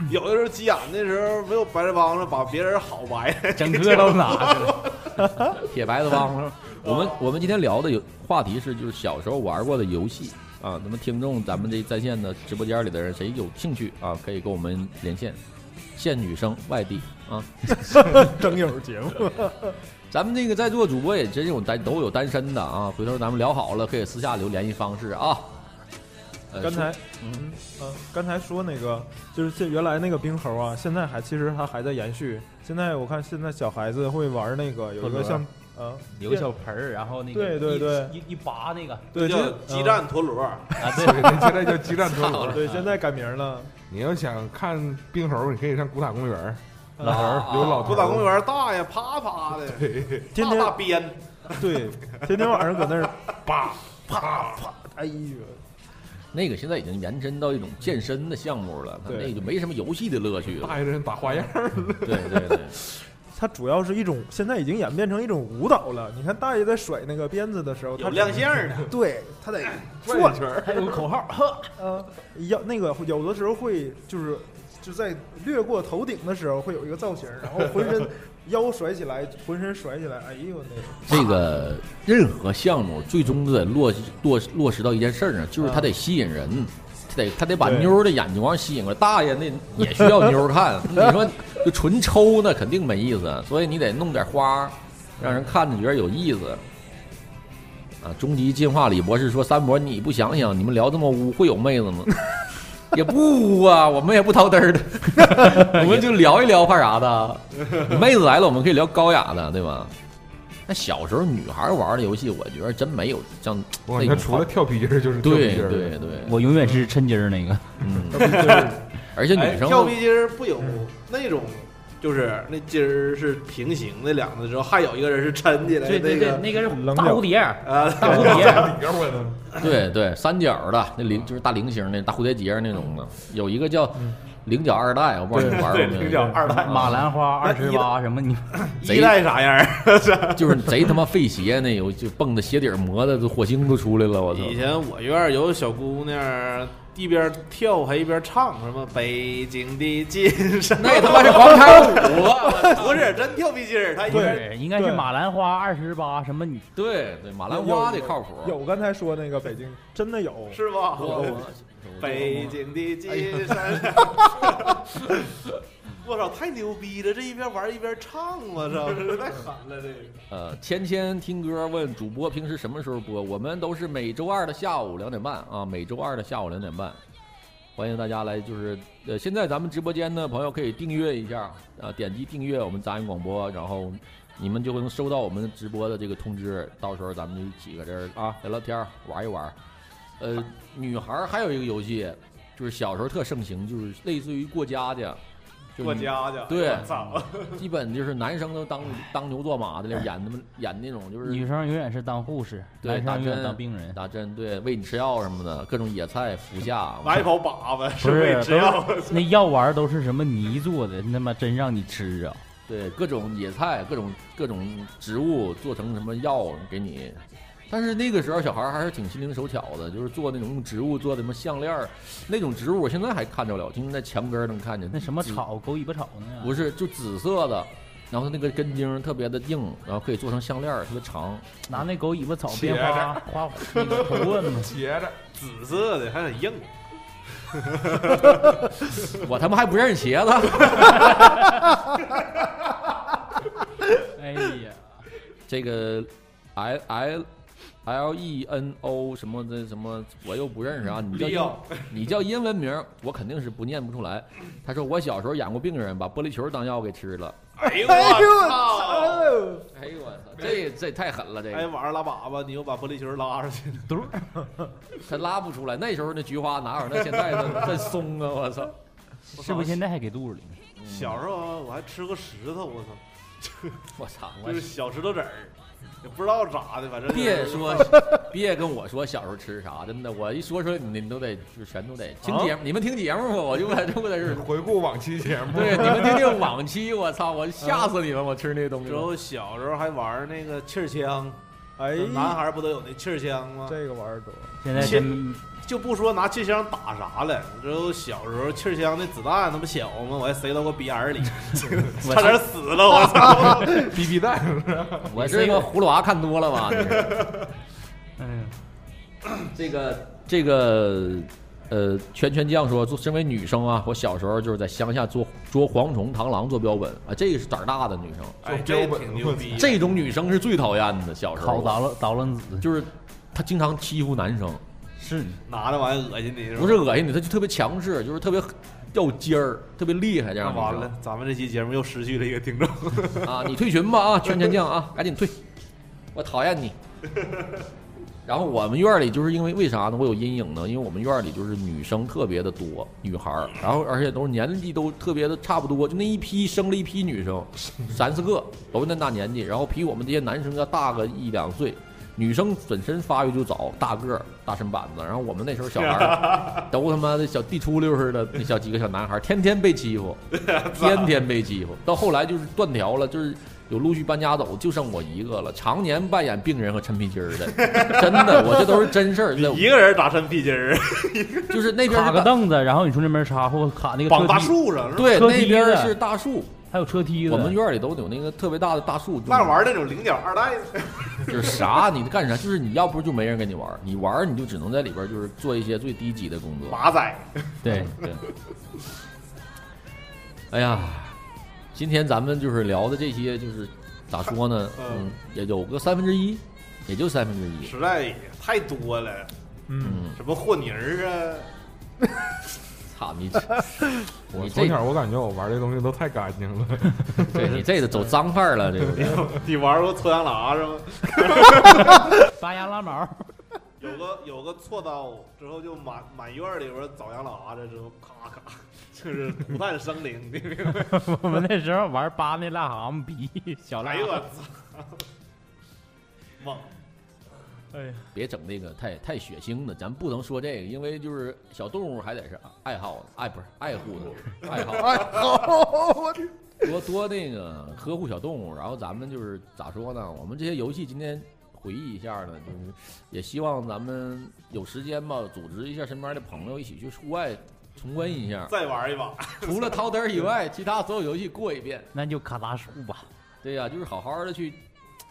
Speaker 1: 嗯，
Speaker 5: 有的时候急眼的时候没有白菜帮子，把别人好白菜
Speaker 3: 整个都拿去了，
Speaker 1: 铁白的汪 汪。我们我们今天聊的有话题是就是小时候玩过的游戏啊，那么听众咱们这在线的直播间里的人谁有兴趣啊，可以跟我们连线，限女生外地啊。
Speaker 2: 征友节目，
Speaker 1: 咱们这个在座主播也真有单都有单身的啊，回头咱们聊好了可以私下留联系方式啊。呃
Speaker 2: 刚才
Speaker 1: 嗯
Speaker 2: 呃，刚才说那个就是这原来那个冰猴啊，现在还其实它还在延续。现在我看现在小孩子会玩那个有一个像呃
Speaker 3: 有个小盆儿，然后那个
Speaker 2: 对对
Speaker 3: 一
Speaker 2: 对
Speaker 3: 一一拔那个
Speaker 2: 对
Speaker 5: 叫激，战陀螺，
Speaker 3: 啊，对
Speaker 4: 对，那现在叫激战陀
Speaker 2: 这
Speaker 4: 螺
Speaker 2: 嗯。对现在改名 了。
Speaker 4: 你要想看冰猴，你可以上古塔公园儿，
Speaker 1: 老头儿
Speaker 4: 有老
Speaker 5: 不
Speaker 4: 头儿
Speaker 5: 打啊公园大呀，啪啪的，
Speaker 2: 天
Speaker 5: 大
Speaker 2: 天
Speaker 5: 大鞭，
Speaker 2: 对，天天晚上搁那儿，
Speaker 4: 叭啪啪，
Speaker 2: 哎呦，
Speaker 1: 那个现在已经延伸到一种健身的项目了，它
Speaker 2: 对
Speaker 1: 那就没什么游戏的乐趣了。
Speaker 4: 大爷人打花样儿，
Speaker 1: 对对对，
Speaker 2: 它主要是一种现在已经演变成一种舞蹈了。你看大爷在甩那个鞭子的时候，
Speaker 5: 有
Speaker 2: 他
Speaker 5: 亮相的。
Speaker 2: 对他得
Speaker 4: 转
Speaker 2: 转
Speaker 4: 一圈儿。
Speaker 3: 还有个口号，呵，
Speaker 2: 呃，要那个有的时候会就是就在掠过头顶的时候会有一个造型，然后浑身腰甩起来，浑身甩起来，哎呦那
Speaker 1: 这
Speaker 2: 个
Speaker 1: 个任何项目最终都得落落落实到一件事儿上，就是它得吸引人，它得它得把
Speaker 2: 对
Speaker 1: 妞儿的眼睛往吸引过来。大爷那也需要妞儿看，你说就纯抽那肯定没意思，所以你得弄点花儿，让人看着觉得有意思。啊，终极进化李博士说：“三伯，你不想想，你们聊这么污，会有妹子吗？” 也不污啊，我们也不掏嘚儿的，我们就聊一聊，怕啥的？妹子来了，我们可以聊高雅的，对吧？那小时候女孩玩的游戏，我觉得真没有像
Speaker 4: 我
Speaker 1: 那
Speaker 4: 那
Speaker 1: 种
Speaker 4: 除了跳皮筋儿就是跳皮
Speaker 1: 对
Speaker 4: 筋儿，
Speaker 1: 对对，
Speaker 3: 我永远是抻筋儿那个，
Speaker 1: 嗯，
Speaker 2: 对
Speaker 1: 而且
Speaker 5: 哎，
Speaker 1: 女生
Speaker 5: 跳皮筋儿不有那种，就是那筋儿是平行的，两个之后还有一个人是抻起来
Speaker 3: 对
Speaker 5: 的
Speaker 3: 对
Speaker 5: 那
Speaker 3: 对，
Speaker 5: 个
Speaker 3: 那个是
Speaker 2: 棱
Speaker 3: 大
Speaker 2: 角
Speaker 3: 蝴蝶，
Speaker 5: 啊，
Speaker 3: 大蝴蝶。
Speaker 4: 你要我呢？
Speaker 1: 对对三角的那菱就是大菱形的大蝴蝶结那种的，有一个叫菱角二代，我不知道你玩过没有？
Speaker 5: 菱角二代，
Speaker 3: 马兰花二十八什么你
Speaker 1: 贼
Speaker 5: 一代啥样儿？
Speaker 1: 就是贼他妈费鞋那有就蹦的鞋底儿磨的都火星都出来了，我操！
Speaker 5: 以前我院儿有个小姑娘。一边跳还一边唱什么“北京的金山”，
Speaker 1: 那他妈是广场舞啊！
Speaker 5: 不是真跳皮筋儿，她一边
Speaker 2: 对
Speaker 3: 应该是
Speaker 2: 对
Speaker 3: 马兰花二十八什么你
Speaker 1: 对对，马兰花得靠谱。
Speaker 2: 有刚才说那个北京真的有，
Speaker 5: 是吧？
Speaker 1: 我我
Speaker 5: 北京的金山。 我操，太牛逼了！这一边玩儿一边唱，我操，太狠了这个。
Speaker 1: 呃，芊芊听歌问主播平时什么时候播？我们都是每周二的下午两点半啊，每周二的下午两点半，欢迎大家来。就是呃，现在咱们直播间的朋友可以订阅一下啊，点击订阅我们杂音广播，然后你们就能收到我们直播的这个通知。到时候咱们就一起搁这儿啊聊聊天儿玩一玩。呃，女孩儿还有一个游戏，就是小时候特盛行，就是类似于过家家，就
Speaker 5: 过
Speaker 1: 你
Speaker 5: 家去，
Speaker 1: 对
Speaker 5: 我操！
Speaker 1: 基本就是男生都当当牛做马的了，演他们演那种就是
Speaker 3: 女生永远是当护士，
Speaker 1: 对
Speaker 3: 男
Speaker 1: 打
Speaker 3: 生永远
Speaker 1: 针
Speaker 3: 当病人，
Speaker 1: 打针，对，喂你吃药什么的，各种野菜、服下，
Speaker 5: 拿一跑靶子，
Speaker 3: 不是
Speaker 5: 被吃药。
Speaker 3: 那药丸儿都是什么泥做的，他妈真让你吃啊！
Speaker 1: 对，各种野菜、各种各种植物做成什么药给你。但是那个时候小孩儿还是挺心灵手巧的，就是做那种用植物做的什么项链儿，那种植物我现在还看着了，今天在墙根儿能看见
Speaker 3: 那什么
Speaker 1: 紫
Speaker 3: 草狗尾巴草呢？
Speaker 1: 不是，就紫色的，然后那个根茎儿特别的硬，然后可以做成项链儿，特别长。
Speaker 3: 拿那狗尾巴草
Speaker 4: 茄，
Speaker 3: 编花花那个头棍嘛
Speaker 4: 茄子，
Speaker 5: 紫色的还很硬，
Speaker 1: 我他妈还不认识茄子。
Speaker 3: 哎呀，
Speaker 1: 这个 L L L E N O 什么的什么，我又不认识
Speaker 5: 嗯
Speaker 1: 啊！你叫英
Speaker 5: 料
Speaker 1: 你叫英文名儿，我肯定是不念不出来。他说我小时候养过病人，把玻璃球当药给吃了。
Speaker 5: 哎呦
Speaker 2: 哎呦
Speaker 5: 我操！
Speaker 2: 我
Speaker 1: 哎呦我操，这这太狠了！这
Speaker 5: 哎，
Speaker 1: 个
Speaker 5: 晚上拉粑粑，你又把玻璃球拉出去了。
Speaker 1: 他拉不出来。那时候那菊花哪有那现在的真松啊！我操，
Speaker 3: 是不是现在还给肚子里呢？
Speaker 5: 小时候啊我还吃过石头，我操，
Speaker 1: 我操！我
Speaker 5: 就是小石头子儿，也不知道咋的，反正就是
Speaker 1: 别说别跟我说小时候吃啥，真的，我一说出来你你都得就全都得
Speaker 5: 啊
Speaker 1: 听节目，你们听节目吗？我就在就在这儿。
Speaker 4: 回顾往期节 目，
Speaker 1: 对，你们听听往期，我操，我吓死你们！我吃那东西
Speaker 5: 之。 后小时候还玩那个气儿枪，
Speaker 2: 哎，
Speaker 5: 啊男孩不都有那气儿枪吗？
Speaker 2: 这个玩意儿多，
Speaker 3: 现在
Speaker 5: 切
Speaker 3: 真
Speaker 5: 就不说拿气枪打啥了，只有小时候气枪那子弹那不小吗？我还塞到我鼻眼 里，差点死了，我操！
Speaker 4: 逼逼蛋，
Speaker 1: 我是因为葫芦娃看多了 吧？你是
Speaker 3: 嗯，
Speaker 1: 这个这个呃，拳拳酱说，做身为女生啊，我小时候就是在乡下捉捉蝗虫、螳螂做标本啊，这个是胆儿大的女生，
Speaker 5: 哎，
Speaker 4: 标
Speaker 5: 这
Speaker 4: 本
Speaker 5: 挺牛逼的，
Speaker 1: 这种女生是最讨厌的。小时
Speaker 3: 烤
Speaker 1: 候
Speaker 3: 捣乱捣乱子
Speaker 1: 就是她经常欺负男生，
Speaker 3: 是
Speaker 5: 拿着玩意儿恶心你是吧？
Speaker 1: 不是恶心你，她就特别强势，就是特别掉尖儿，特别厉害这
Speaker 5: 那
Speaker 1: 样的
Speaker 5: 完
Speaker 1: 女
Speaker 5: 了，咱们这期节目又失去了一个 听众。
Speaker 1: 生啊！你退群吧啊，拳拳酱啊，赶紧退，我讨厌你。然后我们院儿里就是因为为啥呢？我有阴影呢，因为我们院儿里就是女生特别的多，女孩儿，然后而且都是年纪都特别的差不多，就那一批生了一批女生，三四个都那大年纪，然后比我们这些男生要大个一两岁。女生本身发育就早，大个儿、大身板子，然后我们那时候小孩 儿都他妈的小地出溜似的，那
Speaker 5: 啊
Speaker 1: 小几个小男孩儿天天被欺负，天天被欺负，到后来就是断条了，就是有陆续搬家走，就剩我一个了，常年扮演病人和陈皮筋儿的， 真的，我这都是真事儿，
Speaker 5: 一个人打伸屁筋儿，
Speaker 1: 就是那边
Speaker 3: 卡
Speaker 1: 是
Speaker 3: 个
Speaker 1: 大
Speaker 3: 凳子，然后你从这边插，或者卡那个
Speaker 5: 绑
Speaker 3: 车
Speaker 5: 大
Speaker 3: 梯，
Speaker 5: 树上，是吧
Speaker 1: 对
Speaker 3: 车
Speaker 1: 那
Speaker 3: 梯
Speaker 1: 边
Speaker 3: 子
Speaker 1: 是大树，
Speaker 3: 还有车梯子。
Speaker 1: 我们院儿里都有那个特别大的大树，就是
Speaker 5: 那玩意儿那种零点二代的，
Speaker 1: 就是啥你干啥， 就是你要不就没人跟你玩儿，你玩儿你就只能在里边儿就是做一些最低级的工作，
Speaker 5: 马仔，
Speaker 3: 对，
Speaker 1: 对。哎呀，今天咱们就是聊的这些，就是咋说呢？
Speaker 5: 嗯
Speaker 1: 嗯，也有个三分之一，也就三分之一。
Speaker 5: 实在也太多了，
Speaker 2: 嗯，
Speaker 1: 嗯，
Speaker 5: 什么和泥儿啊
Speaker 1: 操 你这！
Speaker 4: 我
Speaker 1: 你
Speaker 4: 从
Speaker 1: 这
Speaker 4: 小我感觉我玩这东西都太干净了，
Speaker 1: 对你这个走脏范儿了，这个。
Speaker 5: 啊， 你玩过搓羊喇是吗？
Speaker 3: 拔牙拉毛，
Speaker 5: 有个有个锉刀，之后就满满院里边找羊喇子，之后咔咔，就是涂炭生 灵，你明白吗
Speaker 3: 我们那时候玩扒那癞蛤蟆皮，小癞
Speaker 5: 哎呦我
Speaker 3: 蛤蟆。
Speaker 5: 操，猛！
Speaker 3: 哎呀，
Speaker 1: 别整那个太太血腥的，咱不能说这个，因为就是小动物还得是爱好爱不是爱护的，爱好爱好，多多那个呵护小动物。然后咱们就是咋说呢？我们这些游戏今天回忆一下呢，就是也希望咱们有时间吧，组织一下身边的朋友一起去户外重温一 下，
Speaker 5: 再玩一把，
Speaker 1: 除了陶德以外，其他所有游戏过一遍。
Speaker 3: 那就卡大树吧。
Speaker 1: 对呀、就是好好的去，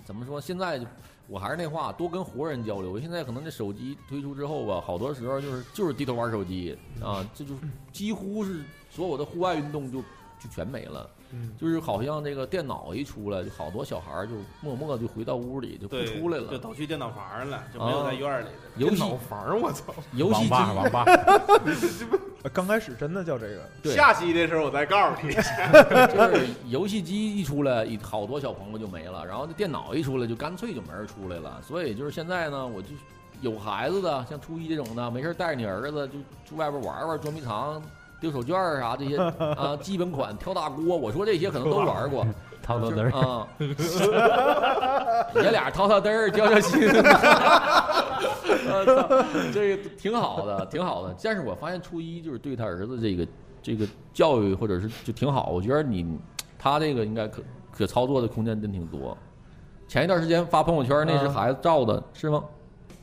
Speaker 1: 怎么说？现在就我还是那话，多跟活人交流。现在可能这手机推出之后吧，好多时候就是就是低头玩手机啊， 这就几乎是所有的户外运动就就全没了。
Speaker 2: 嗯
Speaker 1: 就是好像这个电脑一出来，就好多小孩儿就默默就回到屋里就不
Speaker 5: 对，
Speaker 1: 出来
Speaker 5: 就
Speaker 1: 了。
Speaker 5: 都去电脑房了，就没有在院里了。
Speaker 1: 游戏
Speaker 4: 脑房，我操！
Speaker 1: 游戏
Speaker 3: 网
Speaker 1: 机
Speaker 3: 吧，网吧，
Speaker 2: 呃刚开始真的叫这个，
Speaker 1: 对，
Speaker 5: 下期的时候我再告诉你，
Speaker 1: 就是游戏机一出来，一好多小朋友就没了，然后这电脑一出来，就干脆就没人出来了。所以就是现在呢，我就有孩子的，像初一这种的，没事儿带着你儿子就去外边玩玩捉迷藏、丢手绢儿啥这些啊，基本款跳大锅，我说这些可能都玩过，
Speaker 3: 套
Speaker 1: 就
Speaker 3: 豆
Speaker 1: 是
Speaker 3: 子儿。
Speaker 1: 啊，爷俩掏掏嘚儿交交心， 我操这个挺好的，挺好的。但是我发现初一就是对他儿子这个这个教育或者是就挺好，我觉得你他这个应该可可操作的空间真挺多。前一段时间发朋友圈，那
Speaker 3: 嗯
Speaker 1: 是
Speaker 2: 啊
Speaker 1: 孩子照的，是吗？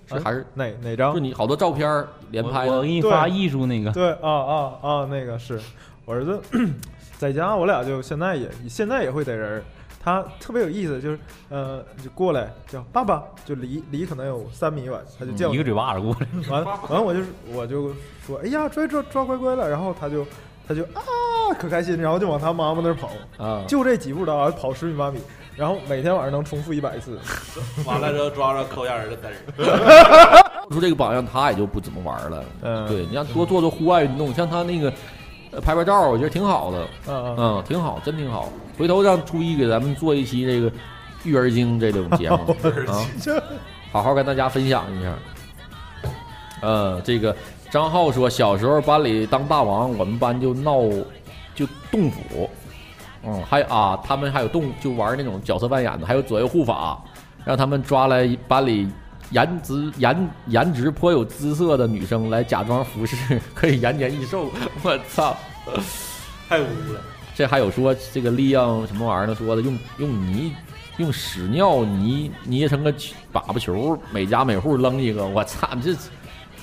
Speaker 1: 是
Speaker 2: 啊
Speaker 1: 还是
Speaker 2: 哪哪
Speaker 1: 就
Speaker 2: 张？
Speaker 1: 你好多照片儿连拍
Speaker 3: 哎我我
Speaker 1: 的
Speaker 3: 给你发艺术 那个，
Speaker 2: 对啊啊啊，那个是我儿子 在家，我俩就现在也现在也会逮人儿。他特别有意思，就是呃，就过来叫爸爸，就离离可能有三米远，他就叫
Speaker 3: 嗯一个嘴巴子过来，
Speaker 2: 完了完了，我就是我就说，哎呀，抓抓抓乖乖了，然后他就他就啊可开心，然后就往他妈妈那儿跑，
Speaker 1: 啊，
Speaker 2: 就这几步的啊，跑十米八米，然后每天晚上能重复一百次，
Speaker 5: 完了之后抓着抠下儿的嘚儿。
Speaker 1: 出这个榜样，他也就不怎么玩了。
Speaker 2: 嗯，
Speaker 1: 对，你让多做做户外运动，像他那个呃拍拍照，我觉得挺好的。
Speaker 2: 嗯， 嗯
Speaker 1: 嗯，挺好，真挺好。回头让初一给咱们做一期这个育儿经这种节目 啊，好好跟大家分享一下。呃，这个张浩说，小时候班里当大王，我们班就闹就动武，嗯，还有啊，他们还有动就玩那种角色扮演的，还有左右护法，让他们抓来班里颜值颜颜值颇有姿色的女生来假装服侍， 可以延年益寿。我操！
Speaker 5: 太污了，
Speaker 1: 这还有说这个利用什么玩意儿呢？说的用用泥用屎尿泥捏成个球粑粑球，每家每户扔一个。我操，你这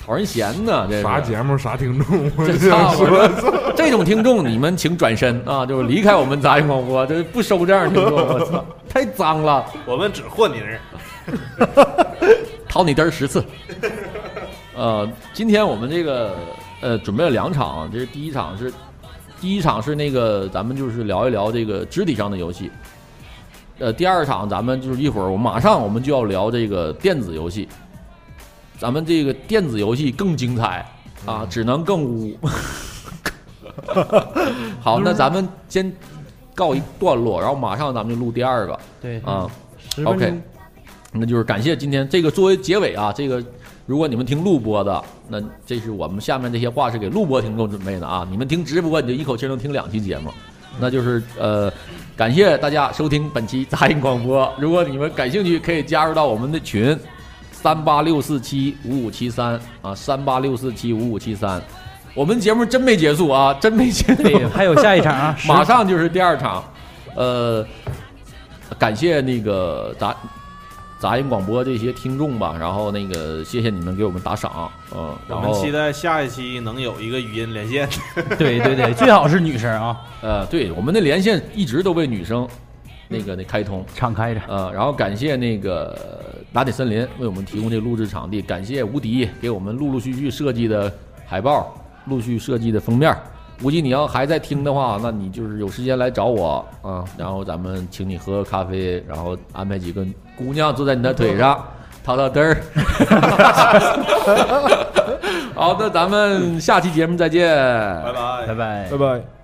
Speaker 1: 讨人嫌呢，这是
Speaker 4: 啥节目啥听众，我
Speaker 1: 这
Speaker 4: 就想
Speaker 1: 操
Speaker 4: 说，
Speaker 1: 这种听众，你们请转身啊，就是离开我们杂音广播，这不收这样的听众，我 操，太脏了，
Speaker 5: 我们只和泥儿，
Speaker 1: 掏你嘚儿十次。呃，今天我们这个呃准备了两场，这是第一场是第一场是那个咱们就是聊一聊这个肢体上的游戏，呃，第二场咱们就是一会儿我马上我们就要聊这个电子游戏，咱们这个电子游戏更精彩啊，只能更污。 好，那咱们先告一段落，然后马上咱们就录第二个
Speaker 3: 对，
Speaker 1: 啊。
Speaker 3: 十分
Speaker 1: OK
Speaker 3: 钟。
Speaker 1: 那就是感谢今天这个作为结尾啊，这个如果你们听录播的，那这是我们下面这些话是给录播听众准备的啊。你们听直播，你就一口气儿能听两期节目，那就是呃，感谢大家收听本期杂音广播。如果你们感兴趣，可以加入到我们的群三八六四七五五七三啊，三八六四七五五七三。我们节目真没结束啊，真没结束。
Speaker 3: 对，还有下一场啊，十
Speaker 1: 马上就是第二场，呃，感谢那个杂杂音广播这些听众吧，然后那个谢谢你们给我们打赏，嗯，
Speaker 5: 我
Speaker 1: 然
Speaker 5: 们
Speaker 1: 后
Speaker 5: 期待下一期能有一个语音连线。
Speaker 3: 对对对，最好是女生啊，
Speaker 1: 呃，对，我们的连线一直都被女生那个那开通，
Speaker 3: 敞开着。
Speaker 1: 呃，然后感谢那个打铁森林为我们提供这个录制场地，感谢无敌给我们陆陆续续设计的海报，陆续设计的封面。无敌，你要还在听的话，那你就是有时间来找我啊，然后咱们请你喝个咖啡，然后安排几个姑娘坐在你的腿上，掏掏嘚儿。 好，那咱们下期节目再见，
Speaker 5: 拜拜
Speaker 3: 拜拜
Speaker 2: 拜。拜。